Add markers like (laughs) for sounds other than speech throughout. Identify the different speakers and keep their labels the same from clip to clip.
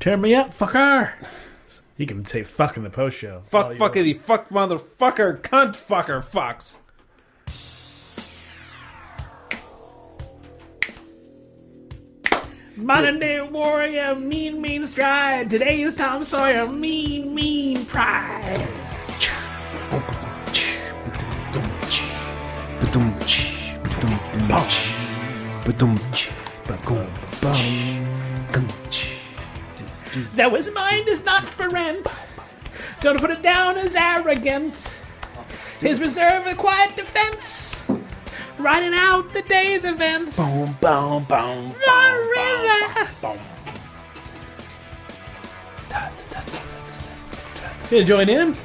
Speaker 1: Turn me up, fucker. He can say fuck in the post show.
Speaker 2: Fuck, fuckity, fuck, motherfucker, cunt, fucker, fucks.
Speaker 1: Modern day warrior, mean, mean stride. Today's Tom Sawyer, mean, mean pride. Though his mind is not for rent. Don't put it down as arrogant. His reserve and quiet defense. Riding out the day's events.
Speaker 3: Boom, boom, boom.
Speaker 1: The river. Gonna join in?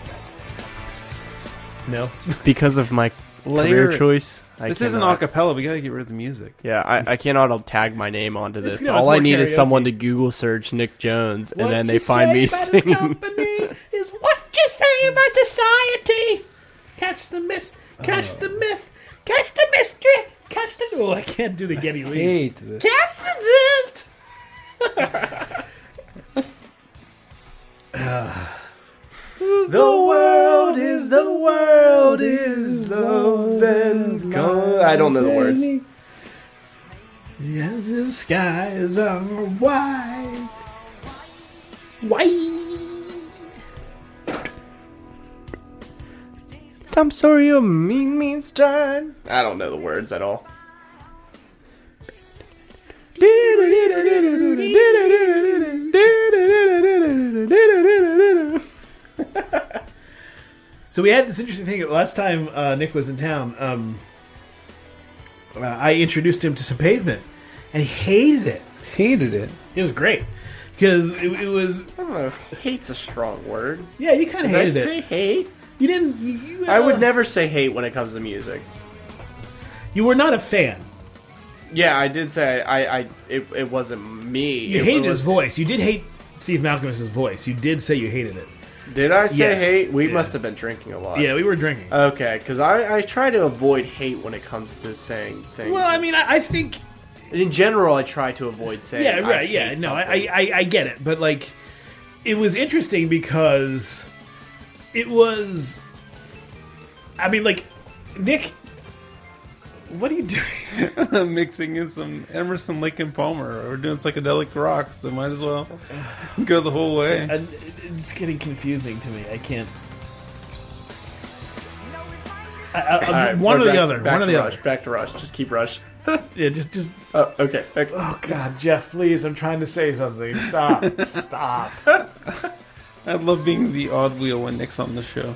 Speaker 1: No.
Speaker 4: because of my
Speaker 2: Layer-
Speaker 4: career choice. I
Speaker 2: This isn't
Speaker 4: cannot-
Speaker 2: acapella. We gotta get rid of the music.
Speaker 4: Yeah, I, I cannot tag my name onto
Speaker 1: It's
Speaker 4: this.
Speaker 1: not- it's
Speaker 4: All I
Speaker 1: more
Speaker 4: need is
Speaker 1: karaoke.
Speaker 4: someone to Google search Nick Jones, and then
Speaker 1: What
Speaker 4: they
Speaker 1: you
Speaker 4: find
Speaker 1: say
Speaker 4: me
Speaker 1: about his
Speaker 4: singing.
Speaker 1: company is what you say about society. Catch the myth. Catch the myth. Catch the mystery. Catch the. Uh. Oh, I can't do the Getty Lee.
Speaker 3: Hate this.
Speaker 1: Catch the drift.
Speaker 3: The world is the world is love and
Speaker 4: (laughs)
Speaker 3: God. I don't know the words.
Speaker 1: Yeah, the skies are wide. Wide.
Speaker 4: I'm sorry, you mean mean John. I don't know the words at all.
Speaker 1: So we had this interesting thing. Last time uh, Nick was in town, um, uh, I introduced him to some pavement, and he hated it.
Speaker 3: Hated it.
Speaker 1: It was great because it, it was
Speaker 4: I don't know if hate's a strong word.
Speaker 1: yeah. You kind of
Speaker 4: Did I
Speaker 1: hated
Speaker 4: say
Speaker 1: it.
Speaker 4: hate?
Speaker 1: You didn't. You, you,
Speaker 4: I would
Speaker 1: uh,
Speaker 4: never say hate when it comes to music.
Speaker 1: You were not a fan.
Speaker 4: Yeah, I did say I. I it, it wasn't me.
Speaker 1: You
Speaker 4: it
Speaker 1: hated
Speaker 4: was,
Speaker 1: his voice. You did hate Steve Malcolm's voice. You did say you hated it.
Speaker 4: Did I say
Speaker 1: Yes.
Speaker 4: hate? We
Speaker 1: Yeah.
Speaker 4: must have been drinking a lot.
Speaker 1: Yeah, we were drinking.
Speaker 4: Okay, because I, I try to avoid hate when it comes to saying things.
Speaker 1: well, I mean, I, I think
Speaker 4: in general, I try to avoid saying.
Speaker 1: yeah,
Speaker 4: I
Speaker 1: right,
Speaker 4: hate
Speaker 1: yeah. No, I, I,
Speaker 4: something.
Speaker 1: I I get it, but like, it was interesting because it was. I mean, like, Nick, what are you doing?
Speaker 2: (laughs)
Speaker 1: (laughs)
Speaker 2: mixing in some Emerson, Lake and Palmer. We're doing psychedelic rock, so might as well go the whole way.
Speaker 1: And Uh, it's getting confusing to me. I can't. I, I,
Speaker 4: All right,
Speaker 1: one
Speaker 4: we're
Speaker 1: or the
Speaker 4: back-
Speaker 1: other.
Speaker 4: Back
Speaker 1: One or
Speaker 4: to
Speaker 1: the
Speaker 4: rush,
Speaker 1: other.
Speaker 4: Back to rush. Just keep rush.
Speaker 1: Yeah, just, just.
Speaker 4: Oh, okay. back-
Speaker 1: Oh God, Jeff, please! I'm trying to say something. Stop, (laughs) stop.
Speaker 2: I love being the odd wheel when Nick's on the show.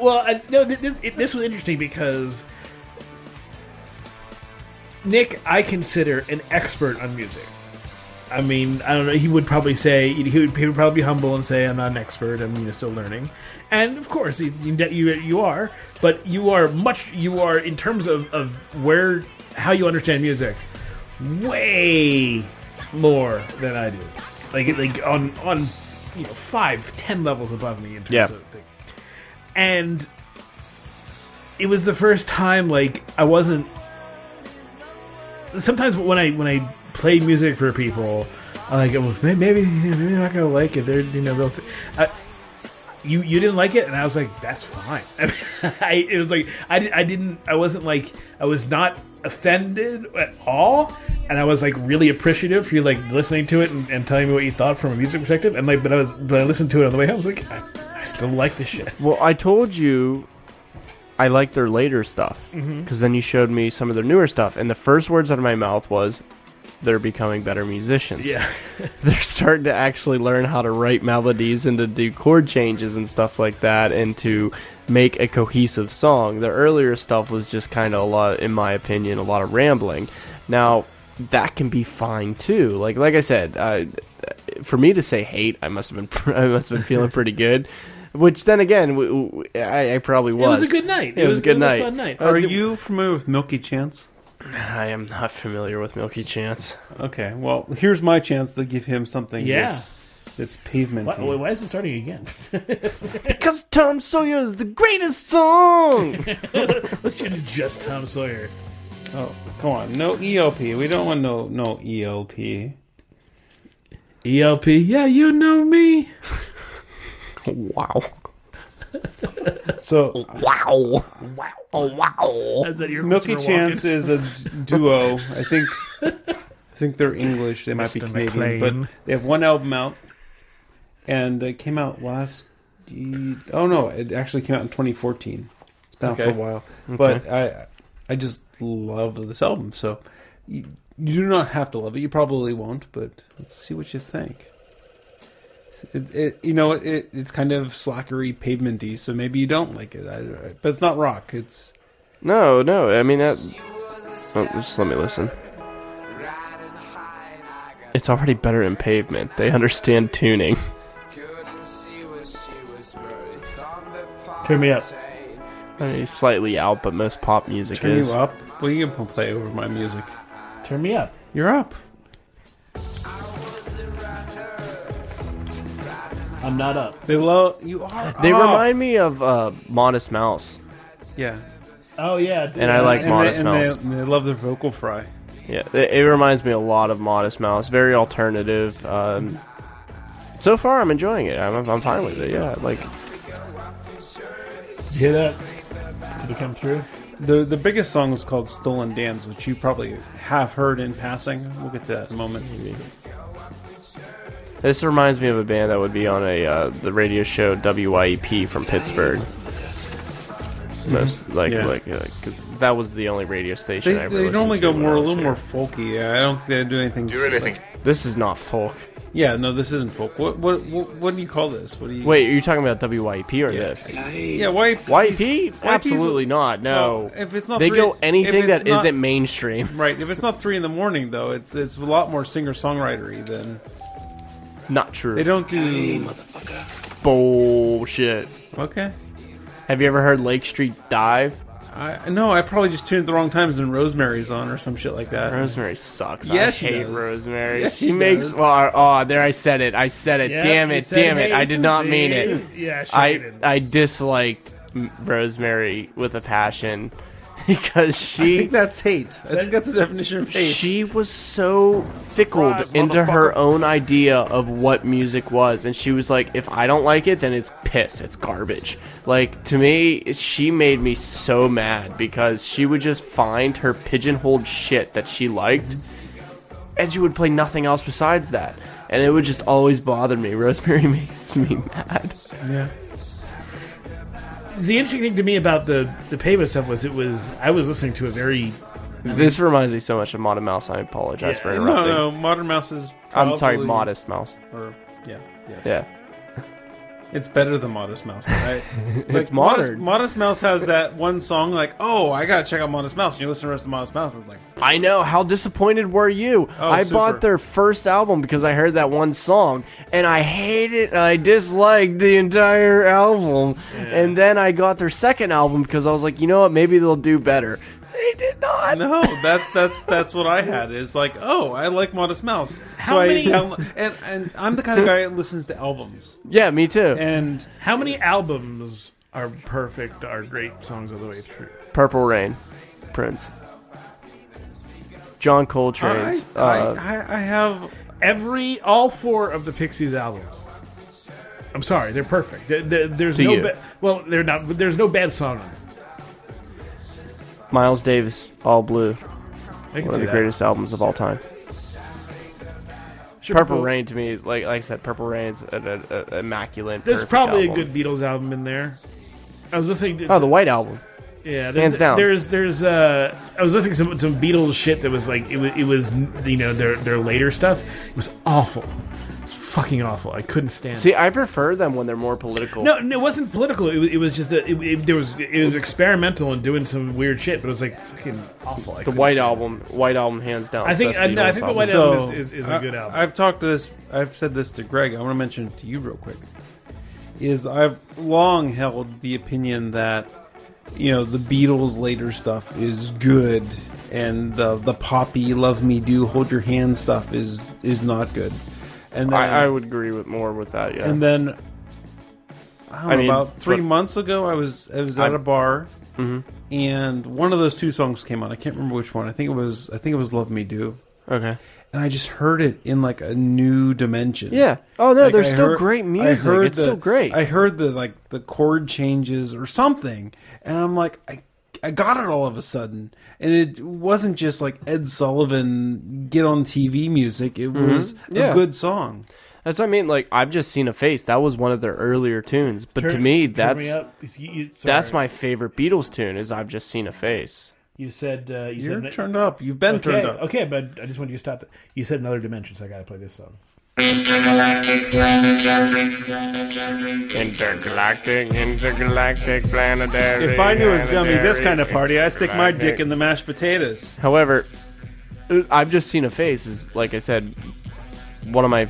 Speaker 1: Well, I, no, th- this, it, this was interesting because Nick, I consider an expert on music. I mean, I don't know. He would probably say he would, he would probably be humble and say, "I'm not an expert. I'm you know, still learning." And of course, you you, you are, but you are much. You are in terms of, of where how you understand music, way more than I do. Like like on on you know five ten levels above me in terms
Speaker 4: Yeah.
Speaker 1: of things and it was the first time like I wasn't. Sometimes when I when I play music for people, I like "Oh, may- maybe maybe they're not gonna like it. They're you know they'll. Th- I, you you didn't like it, and I was like, that's fine. (laughs) I, mean, I it was like I didn't I didn't I wasn't like I was not offended at all, and I was like really appreciative for you like listening to it and, and telling me what you thought from a music perspective. And like, but I was but I listened to it on the way home. I was like, I, I still like this shit.
Speaker 4: Well, I told you I liked their later stuff because
Speaker 1: Mm-hmm.
Speaker 4: then you showed me some of their newer stuff, and the first words out of my mouth was, "They're becoming better musicians.
Speaker 1: Yeah.
Speaker 4: (laughs)
Speaker 1: (laughs)
Speaker 4: They're starting to actually learn how to write melodies and to do chord changes and stuff like that, and to make a cohesive song. The earlier stuff was just kind of a lot, in my opinion, a lot of rambling. Now that can be fine too. Like like I said, uh, for me to say hate, I must have been (laughs) I must have been feeling pretty good. Which then again, w- w- I, I probably was.
Speaker 1: It was a good night.
Speaker 4: It, was, a good night.
Speaker 1: A fun night.
Speaker 2: Are you familiar with Milky Chance?
Speaker 4: I am not familiar with Milky Chance.
Speaker 2: Okay, well, here's my chance to give him something
Speaker 1: Yeah.
Speaker 2: that's, that's pavement.
Speaker 1: Why, why is it starting again? (laughs)
Speaker 4: Because Tom Sawyer is the greatest (laughs) song.
Speaker 1: Let's change it to just Tom Sawyer.
Speaker 2: E Oh, come on. No ELP. We don't want no no ELP.
Speaker 1: ELP, E yeah, you know me.
Speaker 4: Wow.
Speaker 1: So
Speaker 4: Wow. Wow. Wow.
Speaker 1: that's that your
Speaker 2: Milky
Speaker 1: Christopher
Speaker 2: Chance
Speaker 1: Walken?
Speaker 2: is a d- duo. I think. I think they're English. They might be
Speaker 1: Mr.
Speaker 2: Canadian,
Speaker 1: McLean.
Speaker 2: but they have one album out, and it came out last. ye- Oh no! It actually came out in 2014. It's been out
Speaker 3: Okay.
Speaker 2: for a while, but I, I just love this album. So you, you do not have to love it. You probably won't, but let's see what you think. It, it, you know, it, it's kind of slackery, pavementy, so maybe you don't like it. I, I- but it's not rock. It's
Speaker 4: No, no. I mean that. Oh, just let me listen. It's already better in pavement. They understand tuning. (laughs)
Speaker 1: Turn me up.
Speaker 4: I mean, it's slightly out, but most pop music
Speaker 2: turn
Speaker 4: is.
Speaker 2: you up. Well, you can play over my music.
Speaker 1: Turn me up.
Speaker 2: You're up.
Speaker 1: I'm not up.
Speaker 2: They love you are.
Speaker 4: They
Speaker 2: up.
Speaker 4: remind me of uh, Modest Mouse,
Speaker 2: yeah.
Speaker 1: Oh yeah,
Speaker 4: and I like
Speaker 2: And
Speaker 4: Modest
Speaker 2: they, and
Speaker 4: Mouse.
Speaker 2: they- and they love their vocal fry.
Speaker 4: Yeah, it, it reminds me a lot of Modest Mouse. Very alternative. Um, so far, I'm enjoying it. I'm, I'm fine with it. Yeah, like
Speaker 1: Did you hear that? Did it come through?
Speaker 2: The the biggest song was called "Stolen Dance," which you probably have heard in passing. We'll get to that in a moment.
Speaker 4: this reminds me of a band that would be on a uh, the radio show WYEP from Pittsburgh. Most like
Speaker 2: Mm-hmm. Yeah.
Speaker 4: like because that was the only radio station
Speaker 2: They,
Speaker 4: I ever
Speaker 2: they
Speaker 4: listened
Speaker 2: normally
Speaker 4: to
Speaker 2: go
Speaker 4: when
Speaker 2: more
Speaker 4: I
Speaker 2: a
Speaker 4: was
Speaker 2: little more
Speaker 4: here.
Speaker 2: folky. Yeah, I don't think they do anything. Do anything.
Speaker 4: This is not folk.
Speaker 2: yeah, no, this isn't folk. What, what what what do you call this? What do you?
Speaker 4: Wait, are you talking about WYEP or this?
Speaker 2: yeah, why?
Speaker 4: YEP?
Speaker 2: a-
Speaker 4: Absolutely not. No.
Speaker 2: Well, if it's not
Speaker 4: they
Speaker 2: three-
Speaker 4: go anything
Speaker 2: if it's
Speaker 4: that
Speaker 2: not-
Speaker 4: not mainstream. (laughs)
Speaker 2: Right, if it's not three in the morning though, it's it's a lot more singer songwritery than
Speaker 4: Not true.
Speaker 2: they don't do.
Speaker 4: Bullshit.
Speaker 2: Okay,
Speaker 4: Have you ever heard Lake Street Dive?
Speaker 2: I no, I probably just tuned at the wrong times and Rosemary's on or some shit like that.
Speaker 4: Rosemary sucks.
Speaker 2: Yeah,
Speaker 4: I
Speaker 2: she
Speaker 4: hate
Speaker 2: does.
Speaker 4: Rosemary.
Speaker 2: Yeah,
Speaker 4: she,
Speaker 2: she
Speaker 4: makes.
Speaker 2: does.
Speaker 4: Well, oh, there I said it. I said it.
Speaker 1: Yeah,
Speaker 4: damn
Speaker 1: you
Speaker 4: it.
Speaker 1: said
Speaker 4: Damn it.
Speaker 1: hate
Speaker 4: I did not mean it.
Speaker 1: disease. Yeah, sure you
Speaker 4: I
Speaker 1: didn't.
Speaker 4: I disliked M- Rosemary with a passion (laughs) because
Speaker 2: I
Speaker 4: she
Speaker 2: think that's hate. I think that's the definition of hate.
Speaker 4: she was so fickled
Speaker 1: Surprise,
Speaker 4: into
Speaker 1: motherfucker.
Speaker 4: her own idea of what music was and she was like if i don't like it then it's piss it's garbage like to me she made me so mad because she would just find her pigeonholed shit that she liked and she would play nothing else besides that and it would just always bother me rosemary (laughs) makes me mad
Speaker 2: Yeah.
Speaker 1: The interesting thing to me about the the Pava stuff was it was I was listening to a very
Speaker 4: this reminds me so much of modern mouse i apologize for
Speaker 1: Yeah,
Speaker 2: No,
Speaker 4: interrupting
Speaker 2: no, Modern Mouse is.
Speaker 4: i'm sorry
Speaker 2: probably-
Speaker 4: modest mouse
Speaker 2: Or yeah, yes.
Speaker 4: yeah
Speaker 2: It's better than Modest Mouse.
Speaker 4: (laughs)
Speaker 2: I,
Speaker 4: It's
Speaker 2: like, Modest,
Speaker 4: modern.
Speaker 2: Modest Mouse has that one song like, "Oh, I gotta check out Modest Mouse." And you listen to the rest of Modest Mouse, and it's like,
Speaker 4: I know. How disappointed were you?
Speaker 2: Oh,
Speaker 4: I
Speaker 2: super.
Speaker 4: bought their first album because I heard that one song and I hated I disliked the entire album. And then I got their second album because I was like, you know what, maybe they'll do better. They did not.
Speaker 2: "No, that's that's that's what I had." Is like, "Oh, I like Modest Mouse."
Speaker 1: How
Speaker 2: so
Speaker 1: many-
Speaker 2: I download, and and I'm the kind of guy that listens to albums.
Speaker 4: Yeah, me too.
Speaker 2: And
Speaker 1: how many albums are perfect are great songs all the way through.
Speaker 4: Purple Rain, Prince. John
Speaker 2: I,
Speaker 4: Coltrane's
Speaker 2: I,
Speaker 4: uh,
Speaker 2: I, I have
Speaker 1: Every all four of the Pixies albums. I'm sorry, they're perfect. There- there- there's
Speaker 4: To
Speaker 1: no
Speaker 4: you.
Speaker 1: ba- well, they're not. There's no bad song on them.
Speaker 4: Miles Davis, All Blue,
Speaker 1: I can see
Speaker 4: one of the
Speaker 1: that.
Speaker 4: greatest albums of all time. Purple Rain to me, like like I said, Purple Rain's an, an, an immaculate.
Speaker 1: There's
Speaker 4: perfect
Speaker 1: probably
Speaker 4: album.
Speaker 1: a good Beatles album in there. I was listening. to...
Speaker 4: Oh, the White Album.
Speaker 1: Yeah,
Speaker 4: Hands
Speaker 1: there's,
Speaker 4: down.
Speaker 1: There's, there's, uh, I was listening to some, some Beatles shit that was like, it was, it was, you know, their their later stuff. It was awful. It's fucking awful. I couldn't stand. it.
Speaker 4: See, I prefer them when they're more political.
Speaker 1: No, no, it wasn't political. It was, it was just that it, it- there was it was experimental and doing some weird shit, but it was like fucking awful. I
Speaker 4: the White Album, White Album, hands down.
Speaker 1: I
Speaker 4: is
Speaker 1: think-
Speaker 4: best
Speaker 1: I know, I
Speaker 4: Beatles
Speaker 1: think the
Speaker 4: album.
Speaker 1: White
Speaker 2: so
Speaker 1: album is- is- is a
Speaker 2: I-
Speaker 1: good album.
Speaker 2: I've talked to this. I've said this to Greg. I want to mention it to you real quick. Is I've long held the opinion that you know the Beatles later stuff is good, and the the poppy "Love Me Do" "Hold Your Hand" stuff is is not good. And then,
Speaker 4: I, I would agree with more with that. Yeah,
Speaker 2: and then I don't
Speaker 4: I
Speaker 2: know,
Speaker 4: mean,
Speaker 2: about three
Speaker 4: but-
Speaker 2: months ago, I was I was at
Speaker 4: I-
Speaker 2: a bar, and one of those two songs came on. I can't remember which one. I think it was I think it was "Love Me Do."
Speaker 4: okay.
Speaker 2: and I just heard it in like a new dimension.
Speaker 4: Yeah. Oh no,
Speaker 2: Like,
Speaker 4: there's
Speaker 2: I
Speaker 4: still
Speaker 2: heard-
Speaker 4: great
Speaker 2: I
Speaker 4: music.
Speaker 2: heard
Speaker 4: It's
Speaker 2: the-
Speaker 4: still great.
Speaker 2: I heard the like the chord changes or something, and I'm like, I I got it all of a sudden, and it wasn't just like Ed Sullivan get on TV music. It was
Speaker 4: Mm-hmm. Yeah.
Speaker 2: a good song.
Speaker 4: that's what I mean. Like I've just seen a face. That was one of their earlier tunes, but to
Speaker 1: Turn-
Speaker 4: me,
Speaker 1: turn
Speaker 4: that's
Speaker 1: me up. You- you- sorry.
Speaker 4: that's my favorite Beatles tune. Is I've just seen a face.
Speaker 1: You said uh, you
Speaker 2: You're
Speaker 1: said
Speaker 2: turned up. You've been
Speaker 1: Okay,
Speaker 2: turned up.
Speaker 1: okay, but I just wanted you to stop. The, you said another dimension, so I got to play this song.
Speaker 5: Intergalactic, intergalactic, planetary.
Speaker 2: If I knew it was gonna be this kind of party, I stick my dick in the mashed potatoes.
Speaker 4: However, uh, I've just seen a face is like I said, one of my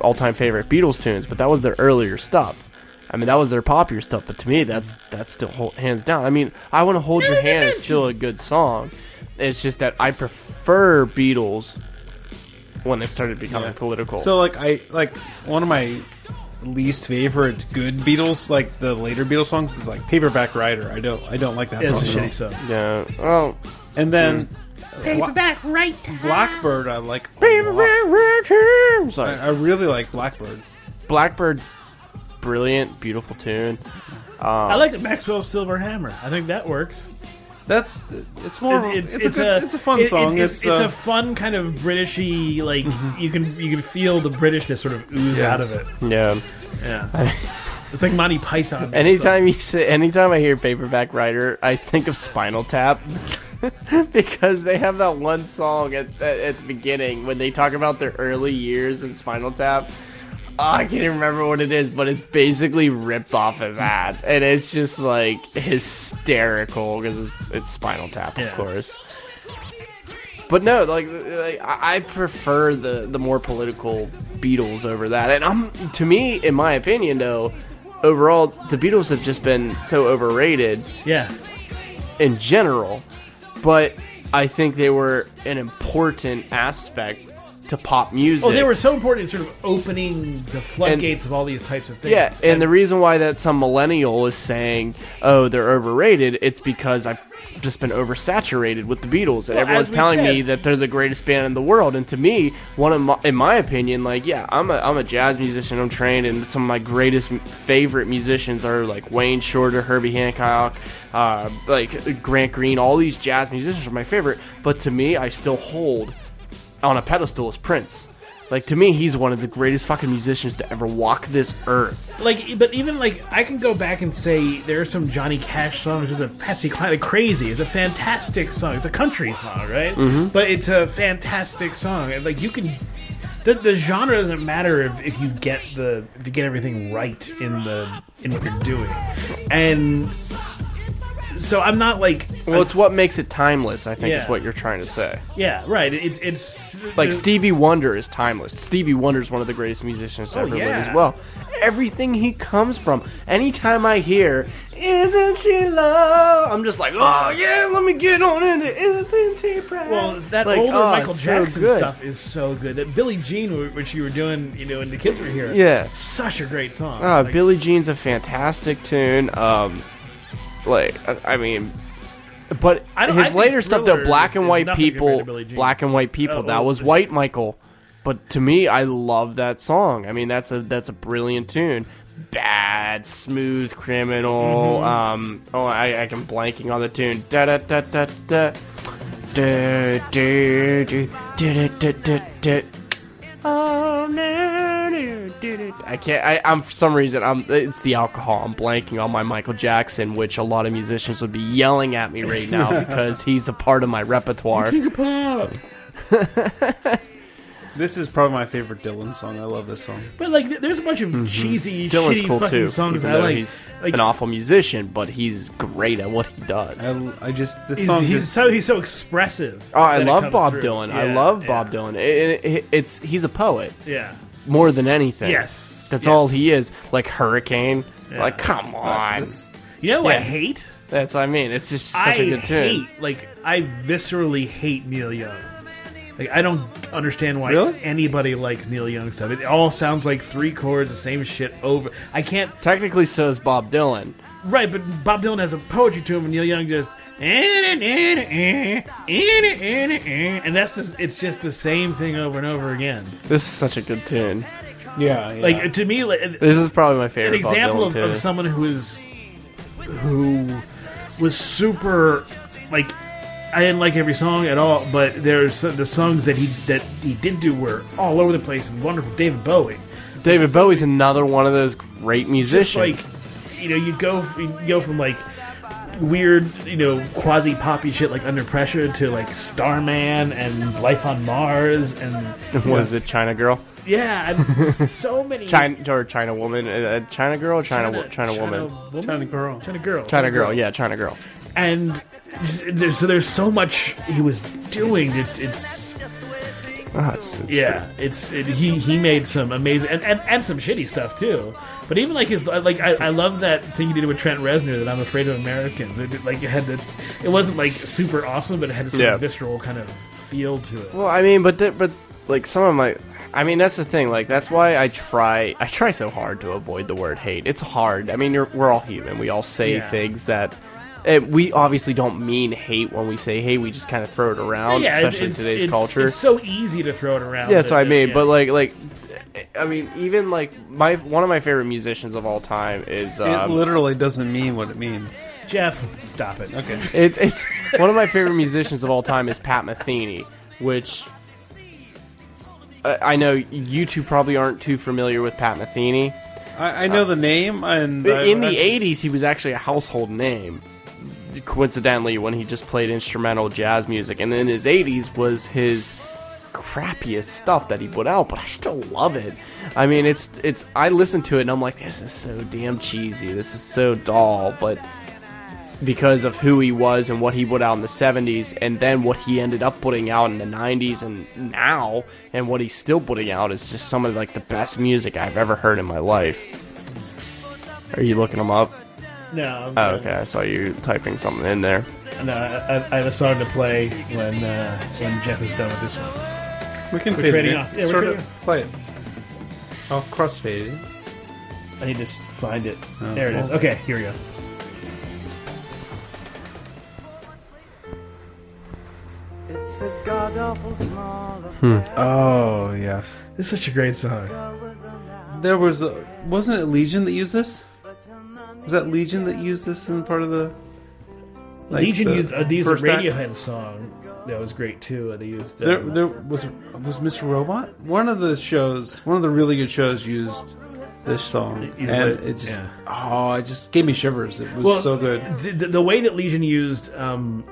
Speaker 4: all-time favorite Beatles tunes. But that was their earlier stuff. I mean, that was their popular stuff. But to me, that's that's still hold, hands down. I mean, I want to hold your hand is still a good song. It's just that I prefer Beatles when they started becoming political.
Speaker 2: So like I like one of my least favorite good Beatles, like the later Beatles songs, is like Paperback Rider. I don't I don't like that
Speaker 1: It's
Speaker 2: song.
Speaker 1: a
Speaker 2: at all.
Speaker 1: shitty song.
Speaker 4: yeah. Well,
Speaker 2: And then
Speaker 4: Mm.
Speaker 6: Paperback right time.
Speaker 2: Blackbird, I like. a lot.
Speaker 4: I'm
Speaker 2: I,
Speaker 4: sorry.
Speaker 2: I really like Blackbird.
Speaker 4: Blackbird's brilliant, beautiful tune.
Speaker 1: I like Maxwell's Silver Hammer. I think that works.
Speaker 2: That's it's more. of a-
Speaker 1: It-
Speaker 2: it's, a, good, it's a fun
Speaker 1: it- it-
Speaker 2: song.
Speaker 1: It's,
Speaker 2: It's,
Speaker 1: it's
Speaker 2: uh, Mm-hmm.
Speaker 1: a fun kind of Britishy. Like you can you can feel the Britishness sort of ooze out of it.
Speaker 4: Yeah.
Speaker 1: Yeah, (laughs) it's like Monty Python.
Speaker 4: Anytime you say, anytime I hear Paperback Writer, I think of Spinal Tap (laughs) because they have that one song at, at, at the beginning when they talk about their early years in Spinal Tap. Ah, I can't even remember what it is, but it's basically ripped off of that, and it's just like hysterical because it's it's Spinal Tap, of
Speaker 1: Yeah.
Speaker 4: course. But no, like, like I I prefer the the more political Beatles over that. And I'm to me, in my opinion, though, overall the Beatles have just been so overrated
Speaker 1: yeah,
Speaker 4: in general. But I think they were an important aspect to pop music.
Speaker 1: oh, they were so important in sort of opening the floodgates of all these types of things.
Speaker 4: Yeah, and the reason why that some millennial is saying, "Oh, they're overrated," it's because I've just been oversaturated with the Beatles, and everyone's
Speaker 1: as we
Speaker 4: telling me
Speaker 1: said-
Speaker 4: that they're the greatest band in the world. And to me, one of my, in my opinion, like, yeah, I'm a I'm a jazz musician. I'm trained, and some of my greatest m- favorite musicians are like Wayne Shorter, Herbie Hancock, uh, like Grant Green. All these jazz musicians are my favorite, but to me, I still hold on a pedestal is Prince. Like to me, he's one of the greatest fucking musicians to ever walk this earth.
Speaker 1: like, but even like I can go back and say there are some Johnny Cash songs. There's a Patsy Cline, like "Crazy" is a fantastic song. It's a country song, right?
Speaker 4: Mm-hmm.
Speaker 1: But it's a fantastic song. And, Like you can, the, the genre doesn't matter if, if you get the if you get everything right in the in what you're doing, and so I'm not like
Speaker 4: Well, it's what makes it timeless, I think, is
Speaker 1: Yeah.
Speaker 4: what you're trying to say.
Speaker 1: yeah, right. It's it's
Speaker 4: Like,
Speaker 1: there's-
Speaker 4: Stevie Wonder is timeless. Stevie Wonder is one of the greatest musicians to ever live
Speaker 1: Oh, yeah.
Speaker 4: as well. Everything he comes from, anytime I hear, Isn't she love? I'm just like, Oh, yeah, let me get on into Isn't she proud?
Speaker 1: Well, it's that
Speaker 4: Like,
Speaker 1: older
Speaker 4: oh,
Speaker 1: Michael
Speaker 4: it's so
Speaker 1: Jackson
Speaker 4: good.
Speaker 1: stuff is so good. That Billie Jean, wh- which you were doing, you know, when the kids were here,
Speaker 4: Yeah.
Speaker 1: such a great song.
Speaker 4: Uh,
Speaker 1: Like,
Speaker 4: Billie Jean's a fantastic tune. Um, like, I, I mean, but
Speaker 1: I don't- I
Speaker 4: his
Speaker 1: think
Speaker 4: later stuff, the
Speaker 1: Thriller
Speaker 4: black
Speaker 1: is-
Speaker 4: and
Speaker 1: is
Speaker 4: white
Speaker 1: nothing compared
Speaker 4: people,
Speaker 1: to Billie Jean.
Speaker 4: black and white people,
Speaker 1: Oh,
Speaker 4: that
Speaker 1: well,
Speaker 4: was
Speaker 1: this-
Speaker 4: white Michael. But to me, I love that song. I mean, that's a that's a brilliant tune. Bad, smooth criminal. Um, oh, I, I am blanking on the tune. Da da da da da. Da, da, da, da, da, da, da. Oh, no, no, do, do. I can't. I, I'm for some reason. I'm. It's the alcohol. I'm blanking on my Michael Jackson, which a lot of musicians would be yelling at me right now because he's a part of my repertoire.
Speaker 2: uh, (laughs) this is probably my favorite Dylan song. I love this song.
Speaker 1: but like, th- there's a bunch of cheesy,
Speaker 4: mm-hmm. Dylan's
Speaker 1: shitty
Speaker 4: cool
Speaker 1: fucking
Speaker 4: too.
Speaker 1: songs
Speaker 4: even
Speaker 1: I
Speaker 4: though
Speaker 1: like.
Speaker 4: he's
Speaker 1: like
Speaker 4: an awful musician, but he's great at what he does.
Speaker 2: I, I just this
Speaker 1: he's,
Speaker 2: song
Speaker 1: he's
Speaker 2: just
Speaker 1: so he's so expressive.
Speaker 4: oh, I
Speaker 1: that it
Speaker 4: love
Speaker 1: comes
Speaker 4: Bob
Speaker 1: through.
Speaker 4: Dylan. I
Speaker 1: Yeah,
Speaker 4: love
Speaker 1: yeah,
Speaker 4: Bob Dylan. It- it- it's he's a poet
Speaker 1: Yeah,
Speaker 4: more than anything.
Speaker 1: Yes.
Speaker 4: that's
Speaker 1: Yes.
Speaker 4: all he is. Like Hurricane.
Speaker 1: Yeah.
Speaker 4: Like come on.
Speaker 1: you know what I
Speaker 4: Yeah.
Speaker 1: hate?
Speaker 4: That's what I mean. It's just such
Speaker 1: I
Speaker 4: a good tune.
Speaker 1: hate like I viscerally hate Neil Young. Like I don't understand why
Speaker 2: Really?
Speaker 1: anybody likes Neil Young stuff. It all sounds like three chords, the same shit over. I can't
Speaker 4: Technically, so is Bob Dylan.
Speaker 1: Right, but Bob Dylan has a poetry to him, and Neil Young just and that's the, it's just the same thing over and over again.
Speaker 4: This is such a good tune.
Speaker 2: Yeah,
Speaker 1: Like to me, like, an
Speaker 4: This is probably my favorite. Bob
Speaker 1: example
Speaker 4: Dylan
Speaker 1: of,
Speaker 4: tune.
Speaker 1: of someone who is who was super like I didn't like every song at all, but there's some- the songs that he that he did do were all over the place and wonderful. David Bowie.
Speaker 4: David Bowie's another one of those great
Speaker 1: just like
Speaker 4: musicians.
Speaker 1: you know you go you go from like weird you know quasi poppy shit like under pressure to like starman and life on mars and
Speaker 4: (laughs) what is it, China Girl?
Speaker 1: yeah and so many
Speaker 4: China or China Woman? Uh, uh, China Girl? Or China China, China, Woman?
Speaker 1: China girl, China girl,
Speaker 4: China Girl. Yeah, China Girl.
Speaker 1: and s- there's, so there's so much he was doing. It, it's
Speaker 4: Ah, it's- it's
Speaker 1: yeah, it's it, he he made some amazing and, and, and some shitty stuff too. But even like his like I, I love that thing he did with Trent Reznor that I'm afraid of Americans. It, it, like it had the it wasn't like super awesome, but it had this sort
Speaker 4: Yeah.
Speaker 1: of visceral kind of feel to it.
Speaker 4: Well, I mean, but th- but like some of my, I mean, that's the thing. Like that's why I try I try so hard to avoid the word hate. It's hard. I mean, you're, we're all human. We all say
Speaker 1: Yeah.
Speaker 4: things that. eh, we obviously don't mean hate when we say hate. We just kind of throw it around,
Speaker 1: yeah, it-
Speaker 4: especially in
Speaker 1: it's-
Speaker 4: today's
Speaker 1: it's-
Speaker 4: culture.
Speaker 1: it's so easy to throw it around.
Speaker 4: yeah, that's what I
Speaker 1: that-
Speaker 4: mean.
Speaker 1: yeah.
Speaker 4: But like, like, I mean, even like my one of my favorite musicians of all time is
Speaker 2: it
Speaker 4: um,
Speaker 2: literally doesn't mean what it means.
Speaker 1: Jeff, stop it. Okay,
Speaker 4: It's it's one of my favorite musicians of all time is Pat Metheny, which uh, I, I know you two probably aren't too familiar with Pat Metheny.
Speaker 2: I, I know the name, and
Speaker 4: But
Speaker 2: I-
Speaker 4: in
Speaker 2: I-
Speaker 4: the '80s, he was actually a household name. Coincidentally, when he just played instrumental jazz music, and in his '80s was his crappiest stuff that he put out, but I still love it. I mean, it's it's I listen to it and I'm like, this is so damn cheesy. This is so dull, but because of who he was and what he put out in the 70s and then what he ended up putting out in the 90s and now and what he's still putting out is just some of like the best music I've ever heard in my life. Are you looking him up?
Speaker 1: no,
Speaker 4: Oh, okay. I saw you typing something in there.
Speaker 1: no. I, I I have a song to play when uh, when Jeff is done with this one.
Speaker 2: we can
Speaker 1: we're
Speaker 2: fade
Speaker 1: trading
Speaker 2: it. in.
Speaker 1: off. Yeah, we're
Speaker 2: sort
Speaker 1: trading
Speaker 2: of play it. I'll crossfade it.
Speaker 1: I need to s- find it.
Speaker 4: Oh,
Speaker 1: there it is. Okay, here we go.
Speaker 7: It's a god awful small
Speaker 2: Oh yes,
Speaker 1: It's such a great song.
Speaker 2: there was a, wasn't it Legion that used this? Was that Legion that used this in part of the? like,
Speaker 1: Legion
Speaker 2: the
Speaker 1: used uh, they used a
Speaker 2: first act?
Speaker 1: Radiohead song that was great too. Uh, they used uh,
Speaker 2: There, there was was Mr. Robot. One of the shows, one of the really good shows, used this song,
Speaker 1: You
Speaker 2: and
Speaker 1: like-
Speaker 2: it just
Speaker 1: yeah.
Speaker 2: oh, it just gave me shivers. It was
Speaker 1: Well,
Speaker 2: so good.
Speaker 1: The, the, the way that Legion used um,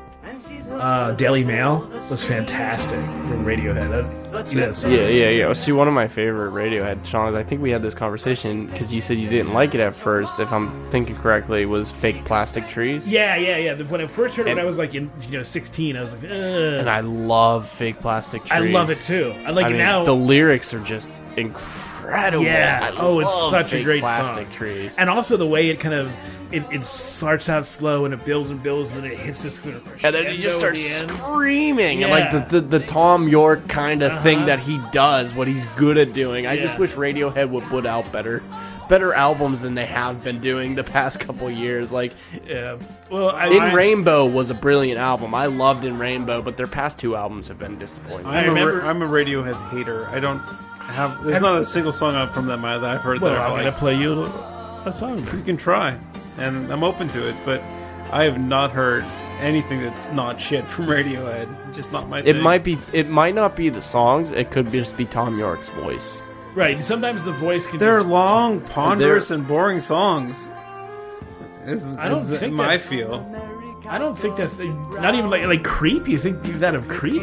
Speaker 1: uh, Daily Mail was fantastic from Radiohead. I, you know, so-
Speaker 4: Yeah, yeah, yeah. See, one of my favorite Radiohead songs, I think we had this conversation because you said you didn't like it at first, if I'm thinking correctly, was Fake Plastic Trees.
Speaker 1: yeah, yeah, yeah. The- When I first heard it, when
Speaker 4: And-
Speaker 1: I was like in you know sixteen, I was like, Ugh.
Speaker 4: And I love Fake Plastic
Speaker 1: I
Speaker 4: Trees.
Speaker 1: love it too. I like
Speaker 4: I
Speaker 1: it
Speaker 4: mean,
Speaker 1: now.
Speaker 4: the lyrics are just incredible.
Speaker 1: Yeah.
Speaker 4: I
Speaker 1: Oh, it's
Speaker 4: love
Speaker 1: such a
Speaker 4: Big
Speaker 1: great
Speaker 4: plastic
Speaker 1: song.
Speaker 4: trees.
Speaker 1: and also the way it kind of it, it starts out slow and it builds and builds and then it hits this sort of
Speaker 4: And then you just start
Speaker 1: crescendo at the end.
Speaker 4: screaming, and
Speaker 1: Yeah.
Speaker 4: like the, the, the Tom York kind of thing
Speaker 1: Uh-huh.
Speaker 4: that he does, what he's good at doing. I just
Speaker 1: Yeah.
Speaker 4: wish Radiohead would put out better, better albums than they have been doing the past couple years. Like
Speaker 1: Yeah. Well, I,
Speaker 4: In
Speaker 1: I-
Speaker 4: Rainbow was a brilliant album. I loved In Rainbow, but their past two albums have been disappointing.
Speaker 2: I'm,
Speaker 1: remember-
Speaker 2: a, Ra- I'm a Radiohead hater. I don't have. There's not a single song out from them that I've heard
Speaker 1: Well,
Speaker 2: that I
Speaker 1: I'm
Speaker 2: like.
Speaker 1: gonna play you a song.
Speaker 2: You can try, and I'm open to it, but I have not heard anything that's not shit from Radiohead. Just not my.
Speaker 4: it
Speaker 2: thing.
Speaker 4: might be, it might not be the songs. It could just be Tom York's voice.
Speaker 1: Right. Sometimes the voice can.
Speaker 2: They're
Speaker 1: just,
Speaker 2: long, ponderous, and boring songs. This is,
Speaker 1: I don't
Speaker 2: this is
Speaker 1: think
Speaker 2: my
Speaker 1: that's-
Speaker 2: feel.
Speaker 1: I don't think that's not even like like creep. You think that of creep?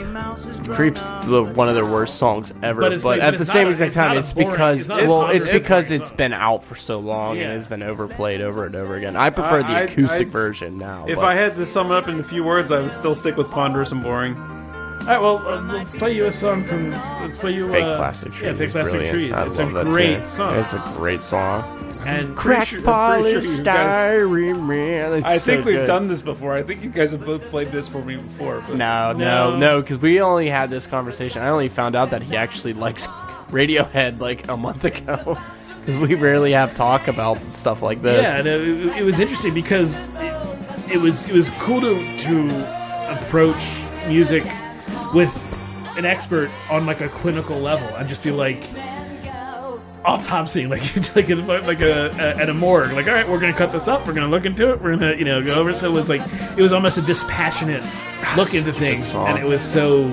Speaker 4: Creeps the one of their worst songs ever,
Speaker 1: But
Speaker 4: but,
Speaker 1: it's like-
Speaker 4: at
Speaker 1: but
Speaker 4: the
Speaker 1: it's
Speaker 4: same
Speaker 1: not a-
Speaker 4: exact
Speaker 1: it's
Speaker 4: time,
Speaker 1: not a
Speaker 4: it's
Speaker 1: boring-
Speaker 4: because
Speaker 1: it's not a
Speaker 4: well,
Speaker 1: boring-
Speaker 4: it's
Speaker 1: it's a
Speaker 4: because
Speaker 1: boring
Speaker 4: it's
Speaker 1: song.
Speaker 4: been out for so long
Speaker 1: Yeah.
Speaker 4: and it's been overplayed over and over again. I
Speaker 2: I-
Speaker 4: prefer
Speaker 2: I-
Speaker 4: the acoustic
Speaker 2: I'd-
Speaker 4: version now.
Speaker 2: If
Speaker 4: but-
Speaker 2: I had uh, to sum it up in a few words, I would still stick with ponderous and boring.
Speaker 1: All right. Well, uh, let's play you a song from. Let's play you
Speaker 4: Fake
Speaker 1: uh,
Speaker 4: plastic trees,
Speaker 1: Yeah, fake
Speaker 4: is
Speaker 1: plastic
Speaker 4: brilliant.
Speaker 1: trees.
Speaker 4: I
Speaker 1: it's
Speaker 4: love
Speaker 1: a
Speaker 4: that
Speaker 1: great
Speaker 4: tune.
Speaker 1: song.
Speaker 4: It's a great song.
Speaker 1: and
Speaker 4: Crack
Speaker 1: pretty sure-
Speaker 4: polished
Speaker 2: you guys-
Speaker 4: styrofoam. It's
Speaker 2: I think
Speaker 4: so
Speaker 2: we've
Speaker 4: good.
Speaker 2: done this before. I think you guys have both played this for me before. But
Speaker 4: No, no,
Speaker 1: No.
Speaker 4: no, because we only had this conversation. I only found out that he actually likes Radiohead like a month ago. (laughs) Because we rarely have talk about stuff like this.
Speaker 1: uh, Yeah, and it, it was interesting because it was it was cool to to approach music with an expert on like a clinical level and just be like autopsy like (laughs) like a, like a, a at a morgue like all right we're gonna cut this up we're gonna look into it we're gonna you know go over it so it was like it was almost a dispassionate look into things
Speaker 4: song.
Speaker 1: and it was so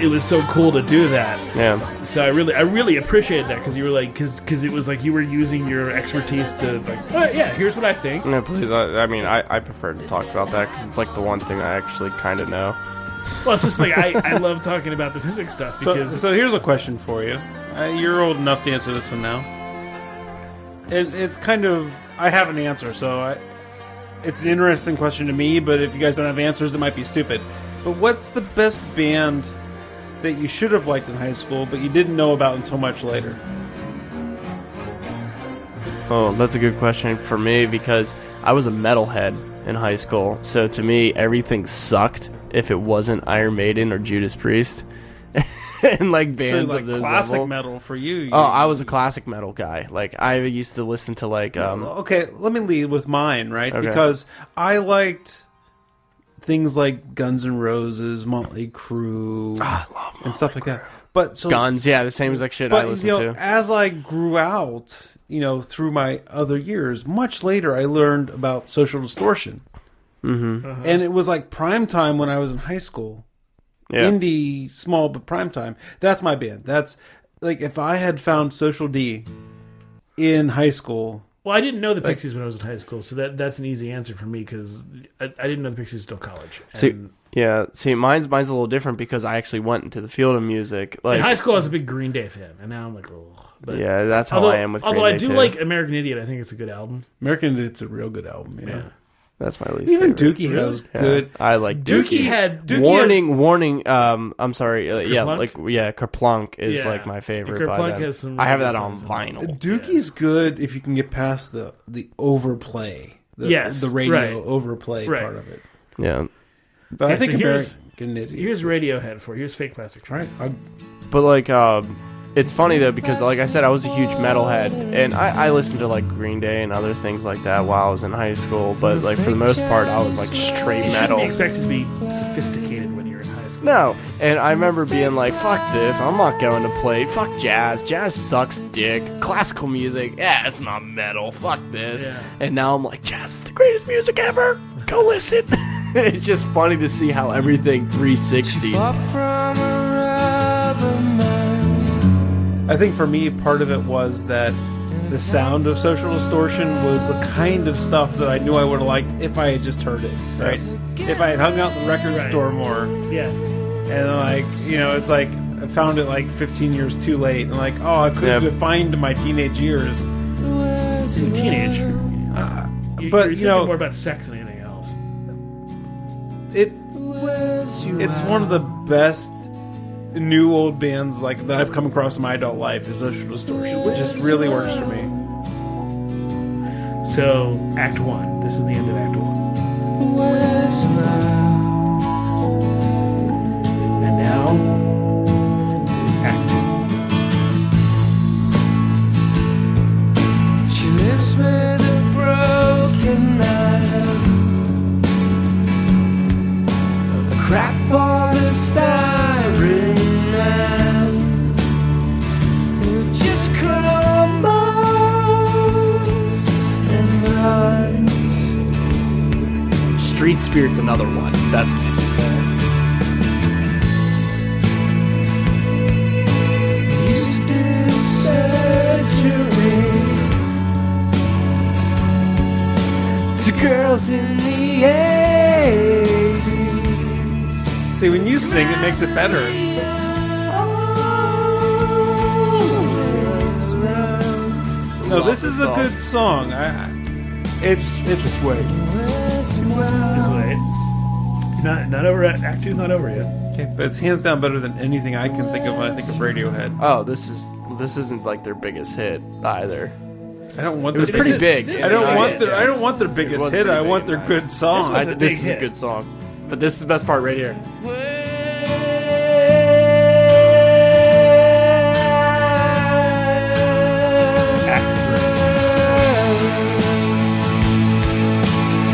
Speaker 1: it was so cool to do that
Speaker 4: Yeah.
Speaker 1: so I really, I really appreciated that because you were like, because it was like you were using your expertise to like, "All right, yeah, here's what I think.
Speaker 4: No, please. I, I mean, I, I prefer to talk about that because it's like the one thing I actually kind of know.
Speaker 1: Well, it's just like I, I love talking about the physics stuff
Speaker 2: So,
Speaker 1: because
Speaker 2: so here's a question for you. Uh, you're old enough to answer this one now. It, it's kind of I have an answer, so I, it's an interesting question to me. But if you guys don't have answers, it might be stupid. But what's the best band that you should have liked in high school, but you didn't know about until much later?
Speaker 4: Oh, that's a good question for me because I was a metalhead in high school. So to me, everything sucked if it wasn't Iron Maiden or Judas Priest, (laughs) and like
Speaker 2: So
Speaker 4: bands
Speaker 2: like
Speaker 4: of those
Speaker 2: classic
Speaker 4: level.
Speaker 2: metal for you. you
Speaker 4: Oh, I was a classic metal guy. Like I used to listen to like um
Speaker 2: okay, let me lead with mine, right?
Speaker 4: Okay.
Speaker 2: Because I liked things like Guns N' Roses, Motley Crue,
Speaker 4: Ah,
Speaker 2: and stuff like that. But so
Speaker 4: Guns. Yeah, the same as like shit I
Speaker 2: but
Speaker 4: listened
Speaker 2: you know,
Speaker 4: to.
Speaker 2: as I grew out, you know, through my other years, much later, I learned about social distortion, mm-hmm. and it was like prime time when I was in high school
Speaker 4: Yeah.
Speaker 2: indie, small but prime time. That's my band. That's like if I had found Social D in high school.
Speaker 1: well, I didn't know the Pixies when I was in high school, so that that's an easy answer for me because I, I didn't know the Pixies until college. And
Speaker 4: See, yeah. See, mine's mine's a little different because I actually went into the field of music.
Speaker 1: in
Speaker 4: Like,
Speaker 1: high school, I was a big Green Day fan, and now I'm like, oh, but
Speaker 4: yeah, that's how
Speaker 1: although,
Speaker 4: I am with.
Speaker 1: although
Speaker 4: Green
Speaker 1: I
Speaker 4: Day,
Speaker 1: do
Speaker 4: too.
Speaker 1: like American Idiot, I think it's a good album.
Speaker 2: American, it's a real good album. Yeah,
Speaker 4: that's my least.
Speaker 2: even
Speaker 4: favorite.
Speaker 2: Dookie has
Speaker 4: Yeah,
Speaker 2: good.
Speaker 4: I like
Speaker 1: Dookie had
Speaker 2: Dookie
Speaker 4: warning,
Speaker 2: has-
Speaker 4: warning. Um, I'm sorry. Uh, yeah,
Speaker 1: Kerplunk?
Speaker 4: like yeah, Kerplunk is
Speaker 1: Yeah.
Speaker 4: like my favorite.
Speaker 1: Kerplunk
Speaker 4: by them.
Speaker 1: has some
Speaker 4: I have
Speaker 1: really
Speaker 4: that
Speaker 1: good
Speaker 4: on
Speaker 1: songs on
Speaker 4: vinyl.
Speaker 2: Dookie's good if you can get past the the overplay. The,
Speaker 1: Yes,
Speaker 2: the radio
Speaker 1: right.
Speaker 2: overplay
Speaker 1: Right.
Speaker 2: part of it.
Speaker 4: Yeah,
Speaker 2: But I
Speaker 1: Yeah,
Speaker 2: think
Speaker 1: so here's-
Speaker 2: American Idiot.
Speaker 1: Here's Radiohead for you. here's Fake Plastic Trees.
Speaker 2: right. I'm-
Speaker 4: but like, um, it's funny though because like I said, I was a huge metalhead, and I, I listened to like Green Day and other things like that while I was in high school. But like for the most part, I was like straight
Speaker 1: You shouldn't
Speaker 4: metal.
Speaker 1: be expected to be sophisticated when you're in high school.
Speaker 4: No. And I remember being like, fuck this, I'm not going to play. Fuck jazz. Jazz sucks dick. Classical music, yeah, it's not metal. Fuck this.
Speaker 1: Yeah.
Speaker 4: And now I'm like, jazz is the greatest music ever. Go listen. (laughs) it's just funny to see how everything 360.
Speaker 2: I think for me, part of it was that the sound of social distortion was the kind of stuff that I knew I would have liked if I had just heard it, right? If I had hung out in the record
Speaker 1: Right.
Speaker 2: store more,
Speaker 1: Yeah,
Speaker 2: and like, you know, it's like I found it like 15 years too late, and like, oh, I could have
Speaker 4: Yeah.
Speaker 2: defined my teenage years.
Speaker 1: teenage.
Speaker 4: Uh,
Speaker 1: You-
Speaker 2: but,
Speaker 1: you're
Speaker 2: you
Speaker 1: thinking
Speaker 2: know-
Speaker 1: more about sex than anything else.
Speaker 2: It it's one of the best new old bands like that I've come across in my adult life is social distortion, which just really works for me.
Speaker 1: So, Act One. This is the end of Act One. And now, Act Two.
Speaker 3: She lives with a broken man, a crackpot, a styrene man who just crumbles and runs.
Speaker 4: Street Spirit's another one. That's
Speaker 3: Used to do surgery to girls in the eighties.
Speaker 2: See, when you sing, it makes it better. No, this is a good song. I, I- it's it's wait.
Speaker 1: Just wait. Not, not over. Act Two's not over yet.
Speaker 2: Okay, but it's hands down better than anything I can think of when I think of Radiohead.
Speaker 4: Oh, this is this isn't like their biggest hit either.
Speaker 2: I don't want.
Speaker 4: It was
Speaker 2: their
Speaker 4: pretty
Speaker 2: biggest-
Speaker 4: big.
Speaker 2: I don't
Speaker 1: Yeah,
Speaker 2: want
Speaker 1: the-
Speaker 2: their. I don't want their
Speaker 4: It
Speaker 2: biggest
Speaker 4: was
Speaker 2: hit.
Speaker 4: pretty
Speaker 2: I
Speaker 4: big
Speaker 2: want
Speaker 4: in
Speaker 2: their
Speaker 4: my
Speaker 2: good
Speaker 4: eyes.
Speaker 2: song.
Speaker 4: I-
Speaker 1: a
Speaker 4: this
Speaker 1: big
Speaker 4: is
Speaker 1: hit.
Speaker 4: a good song. But this is the best part right here.
Speaker 1: Act Three.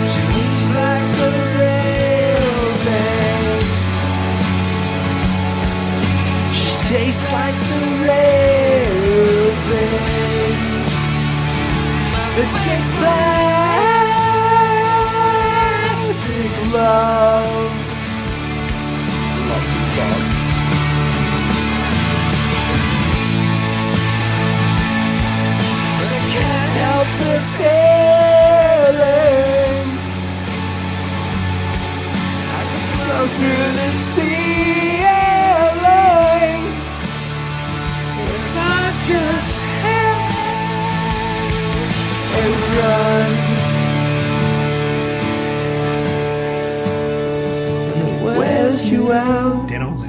Speaker 3: She looks like Plastic love. Love this song. But I can't help the feeling. I could go through the ceiling if I just turned and run. And it wears you out.
Speaker 1: Dan Oley.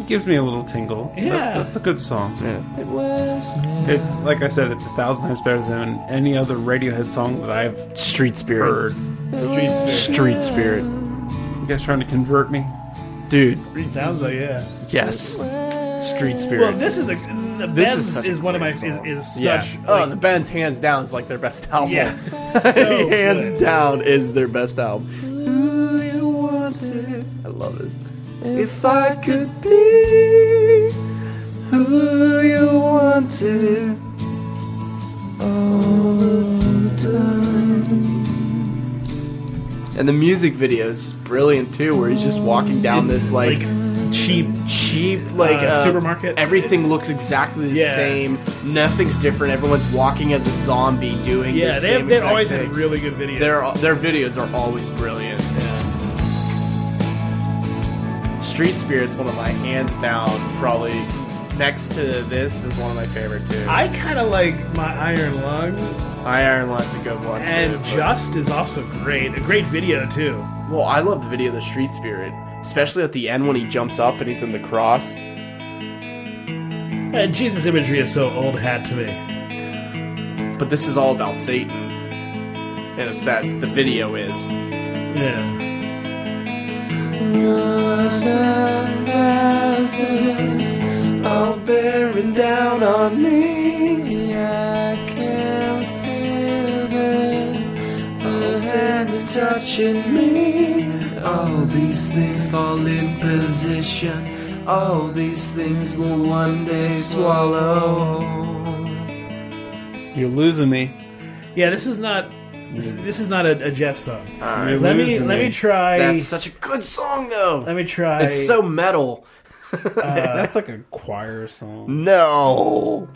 Speaker 2: It gives me a little tingle. That-
Speaker 3: Yeah.
Speaker 2: that's a good song.
Speaker 3: It wears me
Speaker 2: It's like I said, it's a thousand times better than any other Radiohead song that I've
Speaker 4: Street Spirit.
Speaker 2: heard.
Speaker 1: Street Spirit.
Speaker 4: Street Spirit.
Speaker 2: You guys trying to convert me?
Speaker 4: Dude,
Speaker 1: Sounds like yeah.
Speaker 4: yes.
Speaker 1: Well,
Speaker 4: Street Spirit.
Speaker 1: this is a the
Speaker 4: This is
Speaker 1: Bends
Speaker 4: such
Speaker 1: is,
Speaker 4: a
Speaker 1: one of my
Speaker 4: great
Speaker 1: is,
Speaker 4: song.
Speaker 1: is
Speaker 4: yeah.
Speaker 1: such
Speaker 4: oh,
Speaker 1: like,
Speaker 4: the band's hands down is like their best album.
Speaker 1: yeah.
Speaker 4: (laughs)
Speaker 1: So
Speaker 4: hands
Speaker 1: Oh, good.
Speaker 4: down is their best album. Do you want it? I love this.
Speaker 3: if I could be who you wanted all the time.
Speaker 4: And the music video is just brilliant too, where he's just walking down this like,
Speaker 1: cheap.
Speaker 4: cheap like
Speaker 1: Uh,
Speaker 4: uh,
Speaker 1: supermarket?
Speaker 4: Everything looks exactly the
Speaker 1: Yeah.
Speaker 4: same. Nothing's different. Everyone's walking as a zombie doing. the
Speaker 1: Yeah, they
Speaker 4: same
Speaker 1: have, they've
Speaker 4: exact
Speaker 1: always
Speaker 4: thing.
Speaker 1: had really good videos.
Speaker 4: Their their videos are always brilliant. Street Spirit's one of my hands down, probably next to this is one of my favorite too.
Speaker 1: I kind of like my Iron Lung,
Speaker 4: I Iron Lung's a good one
Speaker 1: and
Speaker 4: too. but-
Speaker 1: Just is also great. A great video too.
Speaker 4: well, I love the video of the Street Spirit, especially at the end when he jumps up and he's in the cross.
Speaker 1: And Jesus imagery is so old hat to me.
Speaker 4: But this is all about Satan, and if that's the video is.
Speaker 1: Yeah.
Speaker 3: Roses are bearing down on me. I can feel them. All hands touching me. All these things fall in position. All these things will one day swallow.
Speaker 2: You're losing me.
Speaker 1: Yeah, this is not. This, this is not a, a Jeff song.
Speaker 2: You're
Speaker 1: Let me
Speaker 2: losing
Speaker 1: let me try.
Speaker 4: That's such a good song though.
Speaker 1: let me try.
Speaker 4: it's so metal.
Speaker 2: That's like a choir song.
Speaker 4: No.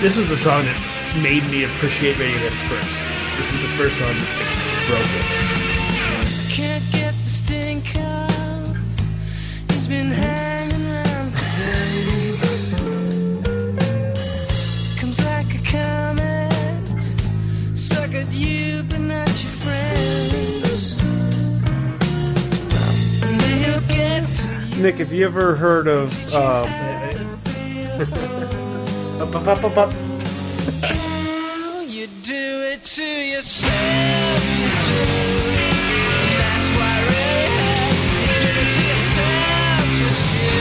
Speaker 1: This was the song that made me appreciate Radiohead first. This is the first song that broke
Speaker 8: Can't get the stink out. He's been hanging around today. Comes like a comet. Suck at you, but not your friends. And they'll get to
Speaker 2: Nick, have you ever heard of uh,
Speaker 8: you. You do it to yourself. You do. That's why redheads you do it to yourself. Just you.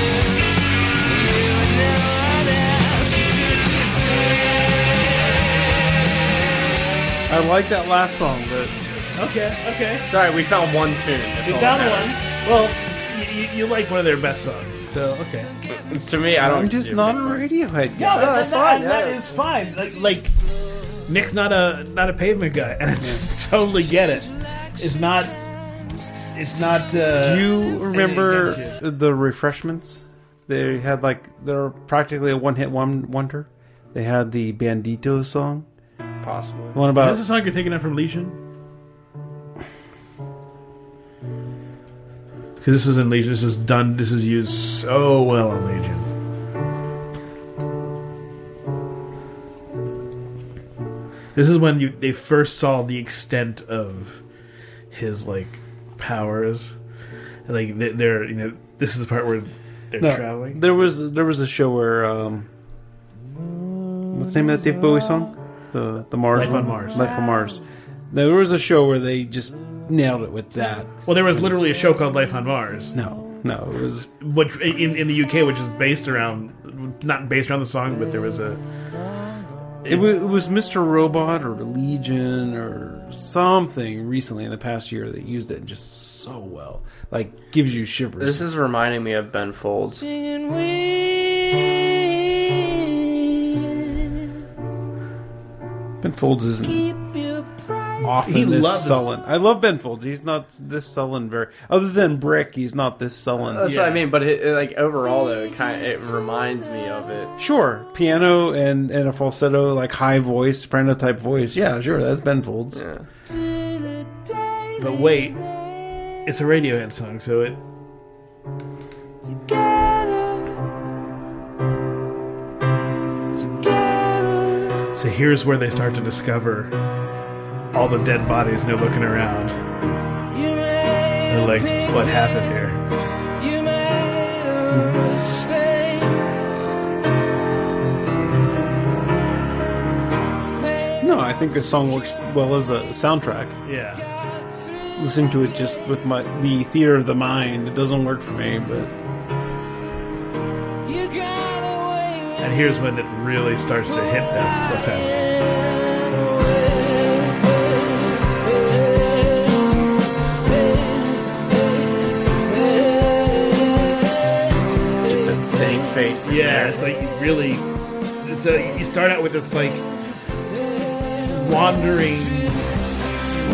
Speaker 8: You and no one else. You do it to yourself.
Speaker 2: I like that last song, but
Speaker 1: it. Okay, okay.
Speaker 4: Sorry, we found one tune. That's
Speaker 1: We
Speaker 4: all
Speaker 1: found
Speaker 4: that
Speaker 1: one.
Speaker 4: matters.
Speaker 1: Well, you, you, you like one of their best songs, so okay.
Speaker 4: To me, I don't.
Speaker 2: I'm just
Speaker 4: do
Speaker 2: not a
Speaker 4: Midwest.
Speaker 2: Radiohead
Speaker 1: No,
Speaker 2: guy.
Speaker 1: that-
Speaker 4: that's
Speaker 1: that-
Speaker 4: fine,
Speaker 1: and That
Speaker 4: yeah.
Speaker 1: is fine. Like, like Nick's not a not a pavement guy, (laughs) and I totally get it. It's not. It's not. Uh,
Speaker 2: Do you remember
Speaker 1: anything against
Speaker 2: the refreshments? They had like they're practically a one-hit one wonder. They had the Bandito song.
Speaker 4: Possibly.
Speaker 2: One
Speaker 1: Is
Speaker 2: about
Speaker 1: this a song you're thinking of from Legion? Because this was in Legion. This was done. This was used so well on Legion. This is when you they first saw the extent of his like powers. Like they- they're you know this is the part where they're
Speaker 2: No,
Speaker 1: traveling.
Speaker 2: There was there was a show where um, what's the name of that Dave Bowie song? The the Mars
Speaker 1: Life on
Speaker 2: one?
Speaker 1: Mars.
Speaker 2: Life on Mars. There was a show where they just nailed it with that.
Speaker 1: Well, there was literally a show called Life on Mars,
Speaker 2: No, no, it was
Speaker 1: which in, in the UK, which is based around not based around the song, but there was a
Speaker 2: it was, it was Mr. Robot or Legion or something recently in the past year that used it just so well. Like gives you shivers.
Speaker 4: This is reminding me of Ben Folds.
Speaker 2: Ben Folds isn't often
Speaker 1: He
Speaker 2: this
Speaker 1: loves-
Speaker 2: sullen. I love Ben Folds. He's not this sullen very. Other than Brick, he's not this sullen.
Speaker 4: That's what
Speaker 1: Yeah.
Speaker 4: I mean. But it, it, like overall, though, it kind of it reminds me of it.
Speaker 2: Sure, piano and and a falsetto, like high voice, soprano type voice. Yeah, sure, that's Ben Folds.
Speaker 4: Yeah.
Speaker 1: But wait, it's a Radiohead song, so it. So here's where they start to discover all the dead bodies no looking around. They're like, what happened here?
Speaker 2: No, I think this song works well as a soundtrack.
Speaker 1: Yeah.
Speaker 2: Listening to it just with my the theater of the mind, it doesn't work for me. But
Speaker 1: And here's when it really starts to hit them. What's happening?
Speaker 4: It's that stank face. in
Speaker 1: Yeah,
Speaker 4: there.
Speaker 1: it's like you really. So you start out with this like wandering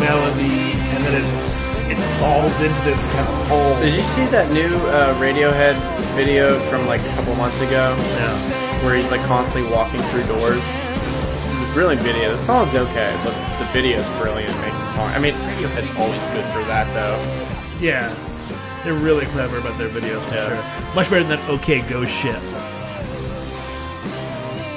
Speaker 1: melody, and then it it falls into this kind of hole.
Speaker 4: Did you see that new uh, Radiohead video from like a couple months ago? Where he's like constantly walking through doors. This is a brilliant video. The song's okay, but the video's brilliant. Makes the song. I mean, Radiohead's always good for that though.
Speaker 1: Yeah, they're really clever about their videos for
Speaker 4: Yeah.
Speaker 1: sure. Much better than that OK Go shit.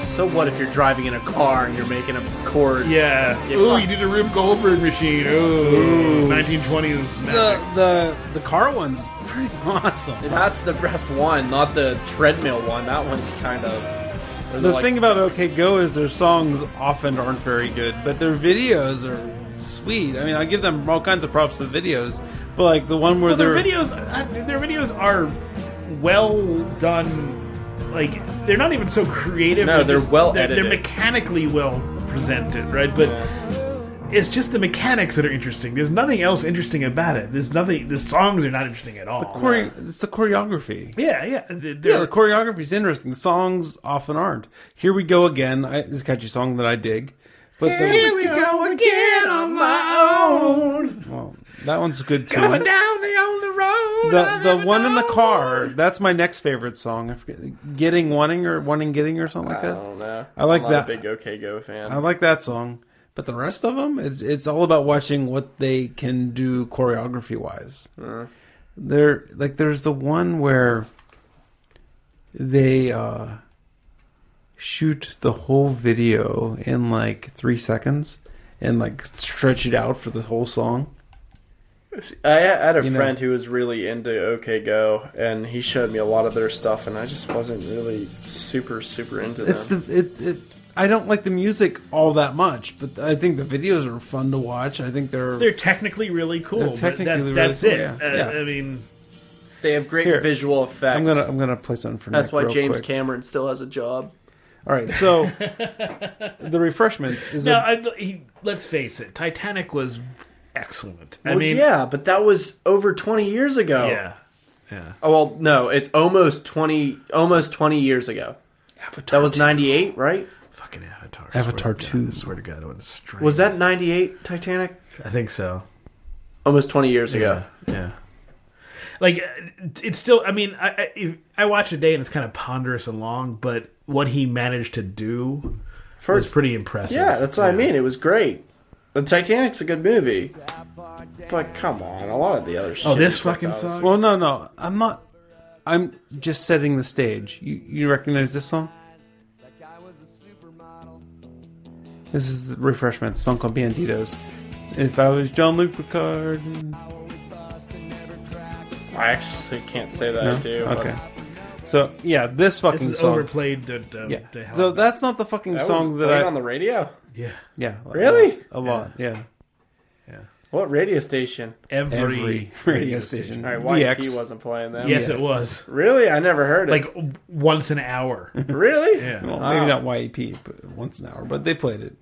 Speaker 4: So what if you're driving in a car and you're making a chords?
Speaker 1: Yeah.
Speaker 4: Yeah,
Speaker 1: Ooh,
Speaker 4: fuck.
Speaker 1: you did a Rube Goldberg machine. Ooh, 1920s.
Speaker 2: the
Speaker 1: magic.
Speaker 2: the the car one's pretty (laughs) awesome.
Speaker 4: And that's the best one, not the treadmill one. That one's kind of.
Speaker 2: The thing about OK Go is their songs often aren't very good, but their videos are sweet. I mean, I give them all kinds of props to the videos, but like the one where
Speaker 1: Well, their
Speaker 2: they're
Speaker 1: videos, uh, their videos are well done. Like they're not even so creative.
Speaker 4: No, they're
Speaker 1: just-
Speaker 4: well
Speaker 1: they're, they're
Speaker 4: edited.
Speaker 1: mechanically well presented, right? But it's just the mechanics that are interesting. There's nothing else interesting about it. There's nothing. The songs are not interesting at all.
Speaker 2: chore- it's the choreography.
Speaker 1: yeah, yeah. They're,
Speaker 2: Yeah, the choreography is interesting. The songs often aren't. Here we go again. I, it's a catchy song that I dig. But the,
Speaker 1: Here we go again on my own.
Speaker 2: well, that one's good too.
Speaker 1: Going down the only road.
Speaker 2: The
Speaker 1: I've
Speaker 2: the
Speaker 1: ever
Speaker 2: one in the
Speaker 1: known.
Speaker 2: car. That's my next favorite song. I forget, getting wanting or wanting getting or something like
Speaker 4: I
Speaker 2: that.
Speaker 4: don't know.
Speaker 2: I like
Speaker 4: Oh, I'm not
Speaker 2: that.
Speaker 4: A big OK Go fan.
Speaker 2: I like that song, but the rest of them, it's it's all about watching what they can do choreography wise.
Speaker 4: Uh-huh.
Speaker 2: There, like, there's the one where they uh, shoot the whole video in like three seconds and like stretch it out for the whole song.
Speaker 4: I had a
Speaker 2: You know.
Speaker 4: friend who was really into OK Go, and he showed me a lot of their stuff, and I just wasn't really super, super into them.
Speaker 2: It's the it, it. I don't like the music all that much, but I think the videos are fun to watch. I think they're
Speaker 1: They're technically really cool.
Speaker 2: They're
Speaker 1: but
Speaker 2: technically
Speaker 1: that,
Speaker 2: really
Speaker 1: that's
Speaker 2: cool,
Speaker 1: it.
Speaker 2: yeah.
Speaker 1: Uh,
Speaker 2: Yeah.
Speaker 1: I mean,
Speaker 4: they have great
Speaker 2: Here.
Speaker 4: visual effects.
Speaker 2: I'm gonna I'm gonna play something for
Speaker 4: That's
Speaker 2: Nick
Speaker 4: why
Speaker 2: real
Speaker 4: James
Speaker 2: quick.
Speaker 4: Cameron still has a job.
Speaker 2: All right, so the refreshments is
Speaker 1: no.
Speaker 2: a,
Speaker 1: I, he, let's face it. Titanic was excellent. I
Speaker 4: Well,
Speaker 1: mean,
Speaker 4: yeah, but that was over 20 years ago.
Speaker 1: yeah.
Speaker 4: Oh, well, no, it's almost 20, almost 20 years ago.
Speaker 1: Avatar
Speaker 4: That was
Speaker 1: two.
Speaker 4: 98, right?
Speaker 1: Fucking Avatar.
Speaker 2: Avatar
Speaker 1: swear to
Speaker 2: 2.
Speaker 1: God, I swear to God, I went straight.
Speaker 4: Was that 98 Titanic?
Speaker 1: I think so.
Speaker 4: Almost 20 years ago.
Speaker 1: Yeah. Like uh, it's still. I mean, I I, if- I watch a day and it's kind of ponderous and long, but what he managed to do was
Speaker 4: First,
Speaker 1: pretty impressive.
Speaker 4: yeah, that's what I mean. It was great. The Titanic's a good movie. But come on, a lot of the other shit.
Speaker 1: Oh, this
Speaker 4: that's
Speaker 1: fucking
Speaker 4: out of-
Speaker 1: song.
Speaker 2: well, no, no, I'm not. I'm just setting the stage. You you recognize this song? This is the refreshments song called Banditos. If I was John Luke Picard,
Speaker 4: I actually can't say that
Speaker 2: no?
Speaker 4: I do. but-
Speaker 2: okay. So yeah, this fucking
Speaker 1: This is
Speaker 2: song.
Speaker 1: overplayed. To, to,
Speaker 2: yeah.
Speaker 1: to hell.
Speaker 2: So that's not the fucking
Speaker 4: That
Speaker 2: song
Speaker 4: was
Speaker 2: that
Speaker 4: played
Speaker 2: I.
Speaker 4: on the radio.
Speaker 1: yeah.
Speaker 2: yeah. a lot-
Speaker 4: Really?
Speaker 2: A lot. Yeah.
Speaker 4: What radio station?
Speaker 1: Every,
Speaker 2: Every radio station. E
Speaker 4: All right,
Speaker 2: VX.
Speaker 4: YP wasn't playing that.
Speaker 1: Yes, it was
Speaker 4: Really? I never heard it.
Speaker 1: like w- once an hour.
Speaker 4: (laughs) really?
Speaker 1: Yeah.
Speaker 2: E Well, maybe not YEP, but once an hour, but they played it.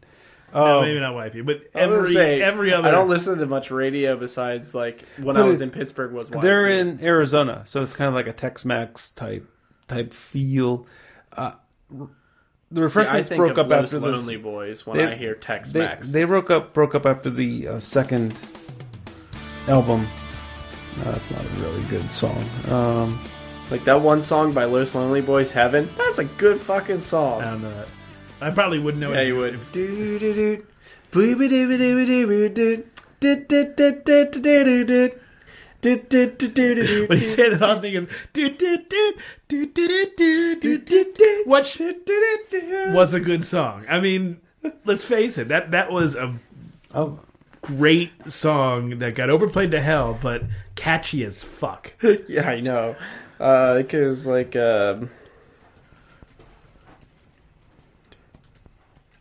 Speaker 1: No,
Speaker 2: Oh.
Speaker 1: maybe not YP, but
Speaker 4: I was
Speaker 1: every
Speaker 4: gonna say,
Speaker 1: every other.
Speaker 4: I
Speaker 1: (laughs)
Speaker 4: don't listen to much radio besides like when
Speaker 2: But
Speaker 4: I was
Speaker 2: it-
Speaker 4: in Pittsburgh was. YP.
Speaker 2: They're in Arizona, so it's kind of like a Tex-Mex type type feel. Uh, the
Speaker 4: See, I
Speaker 2: refreshments
Speaker 4: think
Speaker 2: broke
Speaker 4: of
Speaker 2: up
Speaker 4: Los
Speaker 2: after the
Speaker 4: Lonely Boys when
Speaker 2: they-
Speaker 4: I hear Tex
Speaker 2: They,
Speaker 4: Mex.
Speaker 2: they broke up broke up after the uh, second album. No, that's not a really good song. Um,
Speaker 4: Like that one song by Los Lonely Boys, Heaven. That's a good fucking song.
Speaker 1: I don't know that. uh, I probably wouldn't know.
Speaker 4: yeah,
Speaker 1: it.
Speaker 4: you would. Doo-doo-doo. Boo-ba-doo-ba-doo-ba-doo-ba-doo. Doo-doo-doo-doo-doo-doo-doo. Doo-doo-doo-doo-doo-doo.
Speaker 1: (laughs) When you say that whole thing is do do do do do do do do do. What sh- was a good song? I mean, let's face it that that was a
Speaker 2: oh,
Speaker 1: great song that got overplayed to hell, but catchy as fuck.
Speaker 4: (laughs) Yeah, I know. Uh, it was like um,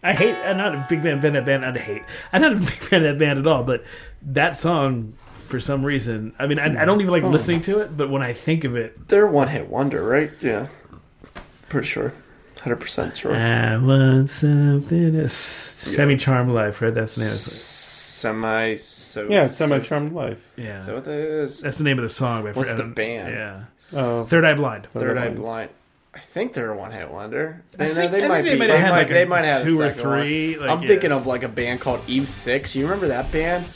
Speaker 1: I hate. I'm not a big fan of that band. I hate. I'm not a (laughs) big fan of that band at all. But that song, for some reason, I mean, I, I don't even like listening to it. But when I think of it,
Speaker 4: they're one hit wonder, right? Yeah, pretty sure, hundred percent sure.
Speaker 1: I want something. Else. Semi Charm Life, right? That's the name. Of the song.
Speaker 4: Semi so
Speaker 2: yeah, semi charmed life.
Speaker 1: Yeah,
Speaker 4: So what that is
Speaker 1: that's the name of the song. but I
Speaker 4: What's
Speaker 1: forgot-
Speaker 4: the band?
Speaker 1: Yeah,
Speaker 2: Oh,
Speaker 1: Third Eye Blind.
Speaker 4: Third Eye Blind. I think they're a one hit wonder.
Speaker 1: I
Speaker 4: They,
Speaker 1: think- I
Speaker 4: they
Speaker 1: think
Speaker 4: might
Speaker 1: they
Speaker 4: be.
Speaker 1: might
Speaker 4: They
Speaker 1: have
Speaker 4: might,
Speaker 1: like a
Speaker 4: they might have
Speaker 1: two or
Speaker 4: a second
Speaker 1: three,
Speaker 4: One.
Speaker 1: like,
Speaker 4: I'm
Speaker 1: yeah.
Speaker 4: thinking of like a band called Eve Six. You remember that band?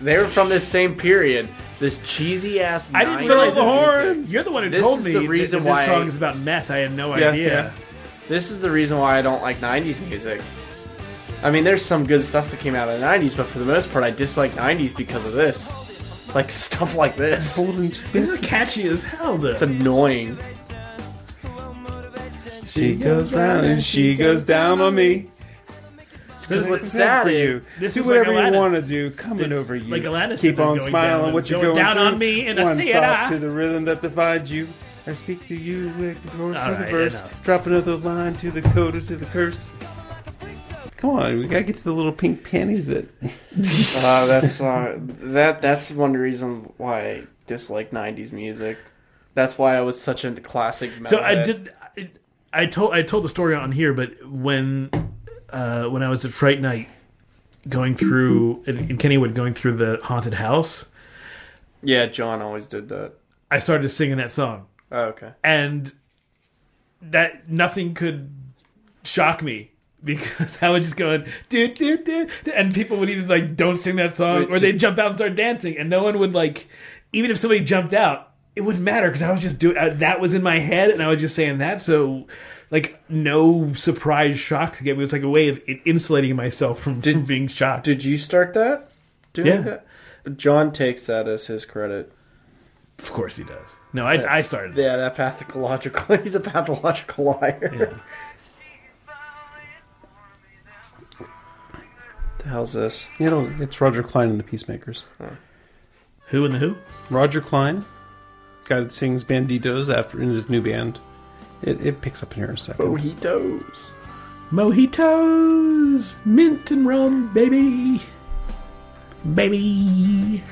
Speaker 4: They were from this same period. This cheesy ass.
Speaker 1: I didn't realize
Speaker 2: the
Speaker 1: this was-
Speaker 2: horns!
Speaker 1: You're the one who
Speaker 4: This
Speaker 1: told
Speaker 4: is
Speaker 1: me
Speaker 4: the
Speaker 1: that-
Speaker 4: reason
Speaker 1: that this
Speaker 4: why-
Speaker 1: song's about meth. I had no
Speaker 2: Yeah,
Speaker 1: idea.
Speaker 2: yeah.
Speaker 4: This is the reason why I don't like '90s music. I mean, there's some good stuff that came out of the '90s, but for the most part, I dislike '90s because of this, like (laughs) stuff like this.
Speaker 1: This is catchy as hell, though.
Speaker 4: It's annoying.
Speaker 2: She goes down and she goes down on me.
Speaker 1: This-
Speaker 2: what's
Speaker 1: this-
Speaker 2: sad for
Speaker 4: is-
Speaker 2: you.
Speaker 1: this
Speaker 2: do
Speaker 1: is like
Speaker 2: whatever you
Speaker 1: Aladdin.
Speaker 2: want to do. Coming over you.
Speaker 1: like Aladdin said,
Speaker 2: Keep
Speaker 1: they're
Speaker 2: on
Speaker 1: going
Speaker 2: smiling.
Speaker 1: down-
Speaker 2: what you're
Speaker 1: going
Speaker 2: going
Speaker 1: down
Speaker 2: through.
Speaker 1: on me in a
Speaker 2: One stop
Speaker 1: theater.
Speaker 2: to the rhythm that divides you. I speak to you with the chorus
Speaker 1: All
Speaker 2: of the
Speaker 1: right,
Speaker 2: verse.
Speaker 1: enough.
Speaker 2: Drop another line to the coda to the curse. Come on, we gotta get to the little pink panties that (laughs)
Speaker 4: Uh, that's uh, that. That's one reason why I dislike '90s music. That's why I was such a classic.
Speaker 1: So I
Speaker 4: metalhead.
Speaker 1: did. I, I told I told the story on here, but when uh, when I was at Fright Night, going through in, in Kennywood, going through the haunted house,
Speaker 4: Yeah, John always did that.
Speaker 1: I started singing that song,
Speaker 4: Oh, okay.
Speaker 1: and that nothing could shock me because (laughs) I was just going do do do, and people would either like don't sing that song or they would jump out and start dancing, and no one would like even if somebody jumped out. It wouldn't matter because I was just doing uh, that was in my head, and I was just saying that. So, like, no surprise shock to get me. It was like a way of in- insulating myself from, from being shocked.
Speaker 4: Did you start that? Doing
Speaker 1: Yeah.
Speaker 4: that? John takes that as his credit.
Speaker 1: of course, he does. No, I, I started.
Speaker 4: Yeah, that pathological. (laughs) He's a pathological liar. the hell's this?
Speaker 2: you know. It's Roger Klein and the Peacemakers.
Speaker 1: Who and the who?
Speaker 2: Roger Klein, guy that sings Banditos after in his new band. It, it picks up in here in a second.
Speaker 4: Mojitos.
Speaker 1: Mojitos, mint and rum, baby, baby.
Speaker 4: G-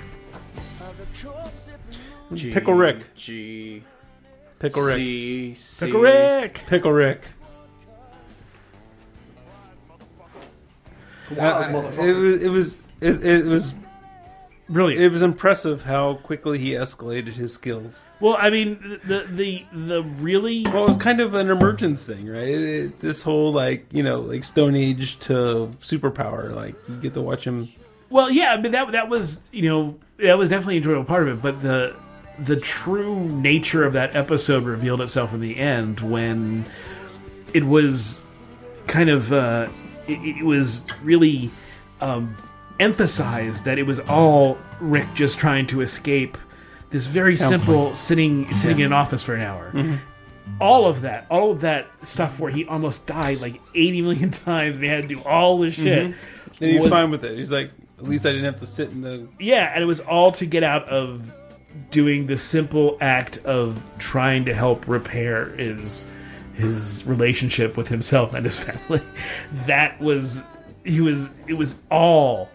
Speaker 2: Hmm, Pickle Rick.
Speaker 4: G.
Speaker 2: Pickle Rick.
Speaker 4: C- C-
Speaker 1: Pickle Rick.
Speaker 2: Pickle Rick. Uh, it was it was it, it was
Speaker 1: Brilliant.
Speaker 2: it was impressive how quickly he escalated his skills.
Speaker 1: well, I mean, the the the really
Speaker 2: Well, it was kind of an emergence thing, right? It- it- this whole like you know like Stone Age to superpower, like you get to watch him.
Speaker 1: well, yeah. I mean that that was you know that was definitely an enjoyable part of it, but the the true nature of that episode revealed itself in the end when it was kind of uh, it, it was really um, emphasized that it was all Rick just trying to escape this very simple sitting sitting in an office for an hour.
Speaker 2: Mm-hmm.
Speaker 1: All of that, all of that stuff where he almost died like eighty million (laughs) times, and he had to do all this shit.
Speaker 2: Mm-hmm. And he was
Speaker 1: was-
Speaker 2: fine with it. He's like, at least I didn't have to sit in the.
Speaker 1: yeah, and it was all to get out of doing the simple act of trying to help repair his his relationship with himself and his (laughs) family. That was he was it was all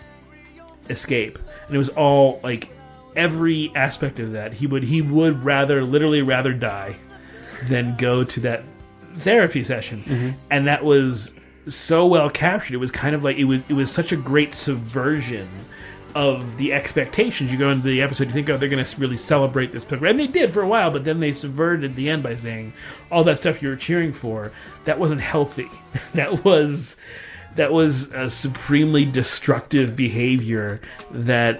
Speaker 1: escape. And it was all like every aspect of that. He would he would rather literally rather die than go to that therapy session. And that was so well captured. It was kind of like it was it was such a great subversion of the expectations. You go into the episode, you think, oh, they're going to really celebrate this picture, and they did for a while, but then they subverted at the end by saying all that stuff you were cheering for that wasn't healthy. (laughs) that was that was a supremely destructive behavior that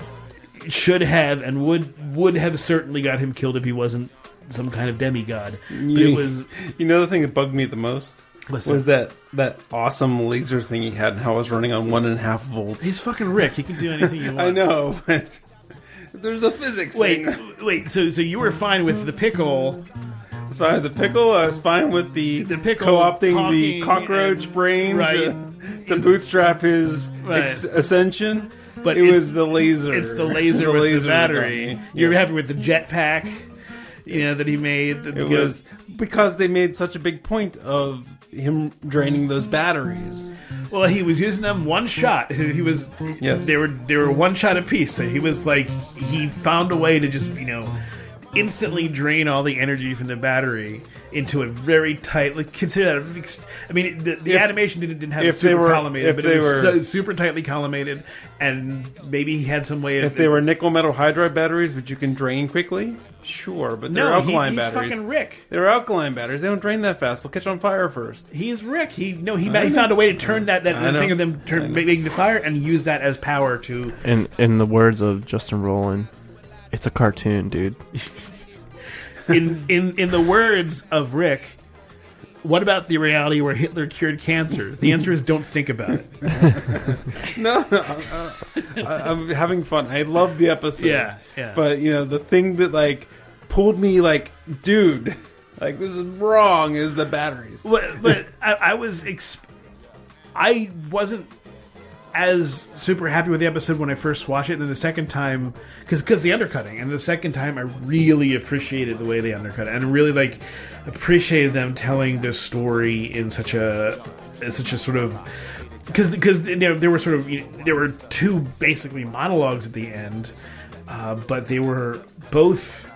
Speaker 1: should have and would would have certainly got him killed if he wasn't some kind of demigod. But it was
Speaker 2: You know the thing that bugged me the most
Speaker 1: What's
Speaker 2: was that that awesome laser thing he had and how it was running on one and a half volts.
Speaker 1: he's fucking Rick. He can do anything he wants.
Speaker 2: (laughs) I know, but there's a physics.
Speaker 1: Wait,
Speaker 2: thing.
Speaker 1: wait. So, so you were fine with the pickle?
Speaker 2: I was fine with the pickle. I was fine with the,
Speaker 1: The pickle
Speaker 2: co-opting the
Speaker 1: talking
Speaker 2: cockroach
Speaker 1: and-
Speaker 2: brain
Speaker 1: right.
Speaker 2: to, to bootstrap his
Speaker 1: Right.
Speaker 2: ex- ascension.
Speaker 1: But
Speaker 2: it
Speaker 1: it's-
Speaker 2: was the laser.
Speaker 1: It's the
Speaker 2: (laughs)
Speaker 1: laser with
Speaker 2: laser
Speaker 1: the
Speaker 2: that got
Speaker 1: battery.
Speaker 2: me.
Speaker 1: You're
Speaker 2: Yes.
Speaker 1: happy with the jetpack? You know that he made. That
Speaker 2: It
Speaker 1: goes-
Speaker 2: was because they made such a big point of him draining those batteries.
Speaker 1: well. He was using them one shot. He was.
Speaker 2: Yes.
Speaker 1: They were they were one shot apiece. So he was like he found a way to just you know instantly drain all the energy from the battery into a very tight. Like consider that. a ex- I mean, the, the
Speaker 2: If-
Speaker 1: animation didn't, didn't have
Speaker 2: if
Speaker 1: it
Speaker 2: they
Speaker 1: super
Speaker 2: were- if
Speaker 1: collimated, but
Speaker 2: they
Speaker 1: it was
Speaker 2: were-
Speaker 1: so, super tightly collimated, and maybe he had some way of
Speaker 2: If they were nickel metal hydride batteries, which you can drain quickly, sure, but they're
Speaker 1: no, he-
Speaker 2: alkaline
Speaker 1: he's
Speaker 2: batteries.
Speaker 1: fucking Rick.
Speaker 2: They're alkaline batteries. They don't drain that fast. They'll catch on fire first.
Speaker 1: He's Rick. He no. He,
Speaker 2: I
Speaker 1: he
Speaker 2: know.
Speaker 1: found a way to turn that,
Speaker 2: I
Speaker 1: that
Speaker 2: know.
Speaker 1: thing of them
Speaker 2: I
Speaker 1: turn,
Speaker 2: know.
Speaker 1: making the fire and use that as power to.
Speaker 4: In in the words of Justin Roland, it's a cartoon, dude.
Speaker 1: In in in the words of Rick, what about the reality where Hitler cured cancer? The answer is don't think about it.
Speaker 2: No, no, I'm, uh, I- I'm having fun. I love the episode.
Speaker 1: Yeah, yeah.
Speaker 2: But you know, the thing that like pulled me, like, dude, (laughs) like this is wrong, is the batteries.
Speaker 1: But, but I, I was exp- I wasn't as super happy with the episode when I first watched it. And then the second time, because the undercutting, and the second time I really appreciated the way they undercut it, and really like appreciated them telling this story in such a in such a sort of because because there, there were sort of you know, there were two basically monologues at the end, uh, but they were both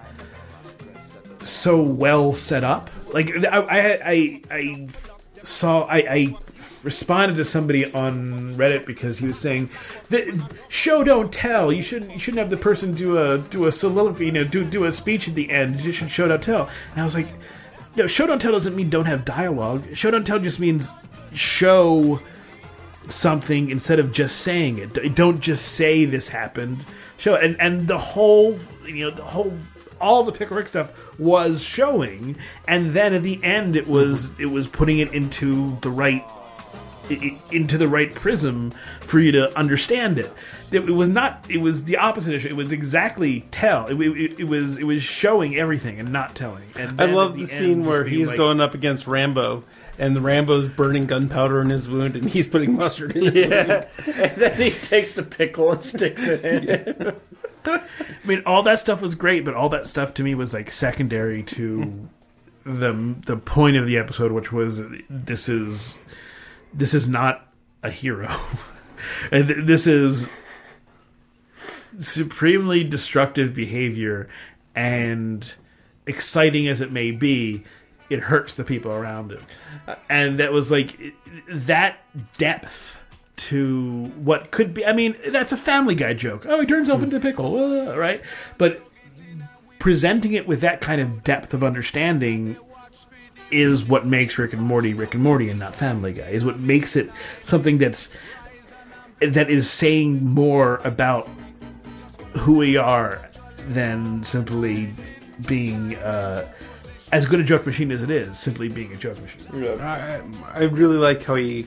Speaker 1: so well set up. Like I I I, I saw I. I responded to somebody on Reddit because he was saying that show don't tell. You shouldn't you shouldn't have the person do a do a soliloquy, you know, do do a speech at the end. You should show don't tell. And I was like, no, show don't tell doesn't mean don't have dialogue. Show don't tell just means show something instead of just saying it. D- Don't just say this happened. Show and and the whole you know the whole all the pickle rick stuff was showing and then at the end it was it was putting it into the right i- into the right prism for you to understand it. It was not. It was the opposite issue. It was exactly tell. It, it, it was. It was showing everything and not telling. And
Speaker 2: I
Speaker 1: then
Speaker 2: love
Speaker 1: at
Speaker 2: the,
Speaker 1: end,
Speaker 2: scene
Speaker 1: just
Speaker 2: where
Speaker 1: being
Speaker 2: he's
Speaker 1: like-
Speaker 2: going up against Rambo, and the Rambo's burning gunpowder in his wound, and he's putting mustard in his wound.
Speaker 3: and then he takes the pickle and sticks it
Speaker 1: (laughs)
Speaker 3: in.
Speaker 1: I mean, all that stuff was great, but all that stuff to me was like secondary to the the point of the episode, which was this is this is not a hero, (laughs) and th- this is supremely destructive behavior, and exciting as it may be, it hurts the people around him, and that was like that depth to what could be. I mean, that's a Family Guy joke. Oh, he turns off into pickle, uh, right? But presenting it with that kind of depth of understanding is what makes Rick and Morty Rick and Morty and not Family Guy. Is what makes it something that's that is saying more about who we are than simply being uh, as good a joke machine as it is. Simply being a joke machine.
Speaker 2: I, I really like how he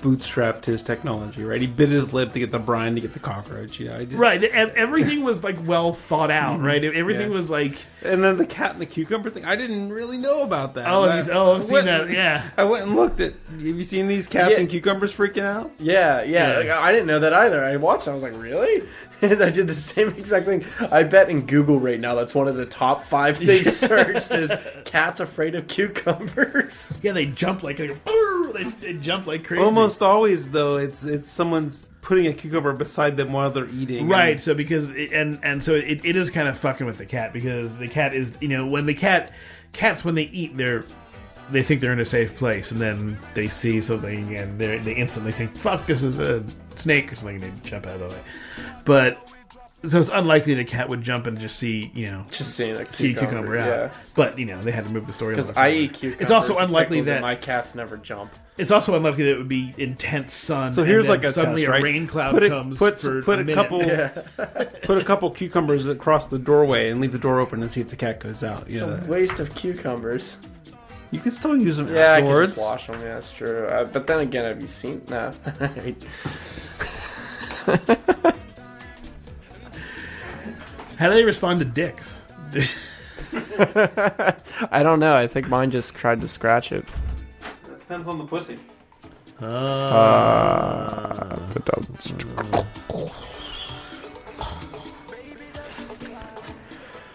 Speaker 2: bootstrapped his technology. Right, he bit his lip to get the brine to get the cockroach. You know, I just,
Speaker 1: Right. e- Everything was like well thought out, right? Everything
Speaker 2: Yeah.
Speaker 1: was like,
Speaker 2: And then the cat and the cucumber thing. I didn't really know about that.
Speaker 1: oh,
Speaker 2: And I-
Speaker 1: these, oh,
Speaker 2: I
Speaker 1: I've seen
Speaker 2: went-
Speaker 1: that. Yeah.
Speaker 2: I went and looked at. Have you seen these cats
Speaker 3: Yeah.
Speaker 2: and cucumbers freaking out?
Speaker 3: Yeah, yeah.
Speaker 1: Yeah.
Speaker 3: Like, I didn't know that either. I watched. it, I was like, really? (laughs) And I did the same exact thing. I bet in Google right now, that's one of the top
Speaker 4: (laughs)
Speaker 3: five things searched is cats afraid of
Speaker 4: (laughs)
Speaker 3: cucumbers.
Speaker 1: Yeah, they jump like, like "Brr," they, they jump like crazy.
Speaker 2: Almost always though, it's it's someone's putting a cucumber beside them while they're eating.
Speaker 1: Right, so because it, and and so it, it is kind of fucking with the cat because the cat is you know when the cat cats when they eat they're they think they're in a safe place, and then they see something, and they they instantly think, "Fuck, this is a snake" or something, and they jump out of the way. But so it's unlikely that a cat would jump and just see, you know,
Speaker 3: Just seeing like
Speaker 1: see a cucumber out.
Speaker 3: yeah.
Speaker 1: But you know, they had to move the story.
Speaker 3: Because
Speaker 1: along
Speaker 3: I
Speaker 1: somewhere.
Speaker 3: eat cucumbers.
Speaker 1: It's also
Speaker 3: and
Speaker 1: unlikely
Speaker 3: pickles, and
Speaker 1: that
Speaker 3: my cats never jump.
Speaker 1: it's also unlikely that it would be intense sun.
Speaker 2: So here's
Speaker 1: and then
Speaker 2: like a
Speaker 1: suddenly
Speaker 2: test, right?
Speaker 1: a rain cloud
Speaker 2: put a,
Speaker 1: comes
Speaker 2: put,
Speaker 1: for
Speaker 2: put
Speaker 1: a,
Speaker 2: a,
Speaker 1: minute.
Speaker 2: couple put a couple cucumbers across the doorway and leave the door open and see if the cat goes out.
Speaker 3: It's
Speaker 4: Uh,
Speaker 2: Yeah,
Speaker 3: a waste of cucumbers.
Speaker 2: you can still use them
Speaker 3: Yeah, I
Speaker 2: outdoors.
Speaker 3: can just wash them. Yeah, that's true. Uh, but then again, have you seen? No.
Speaker 1: (laughs) How do they respond to dicks?
Speaker 4: (laughs) I don't know. I think mine just tried to scratch it.
Speaker 2: Depends on the pussy.
Speaker 1: Uh,
Speaker 2: Uh,
Speaker 4: That doesn't-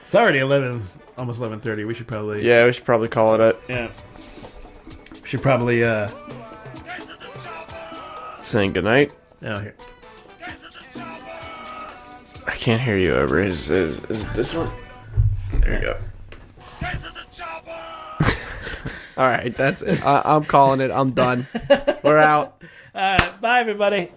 Speaker 1: it's already eleven, almost eleven thirty. We should probably
Speaker 4: Yeah, we should probably call it a
Speaker 1: yeah. We should probably uh
Speaker 4: saying goodnight.
Speaker 1: oh here.
Speaker 4: I can't hear you over. Is is, is it this one? There you go. All right, that's it. I, I'm calling it. I'm done. We're out.
Speaker 1: All right, bye everybody.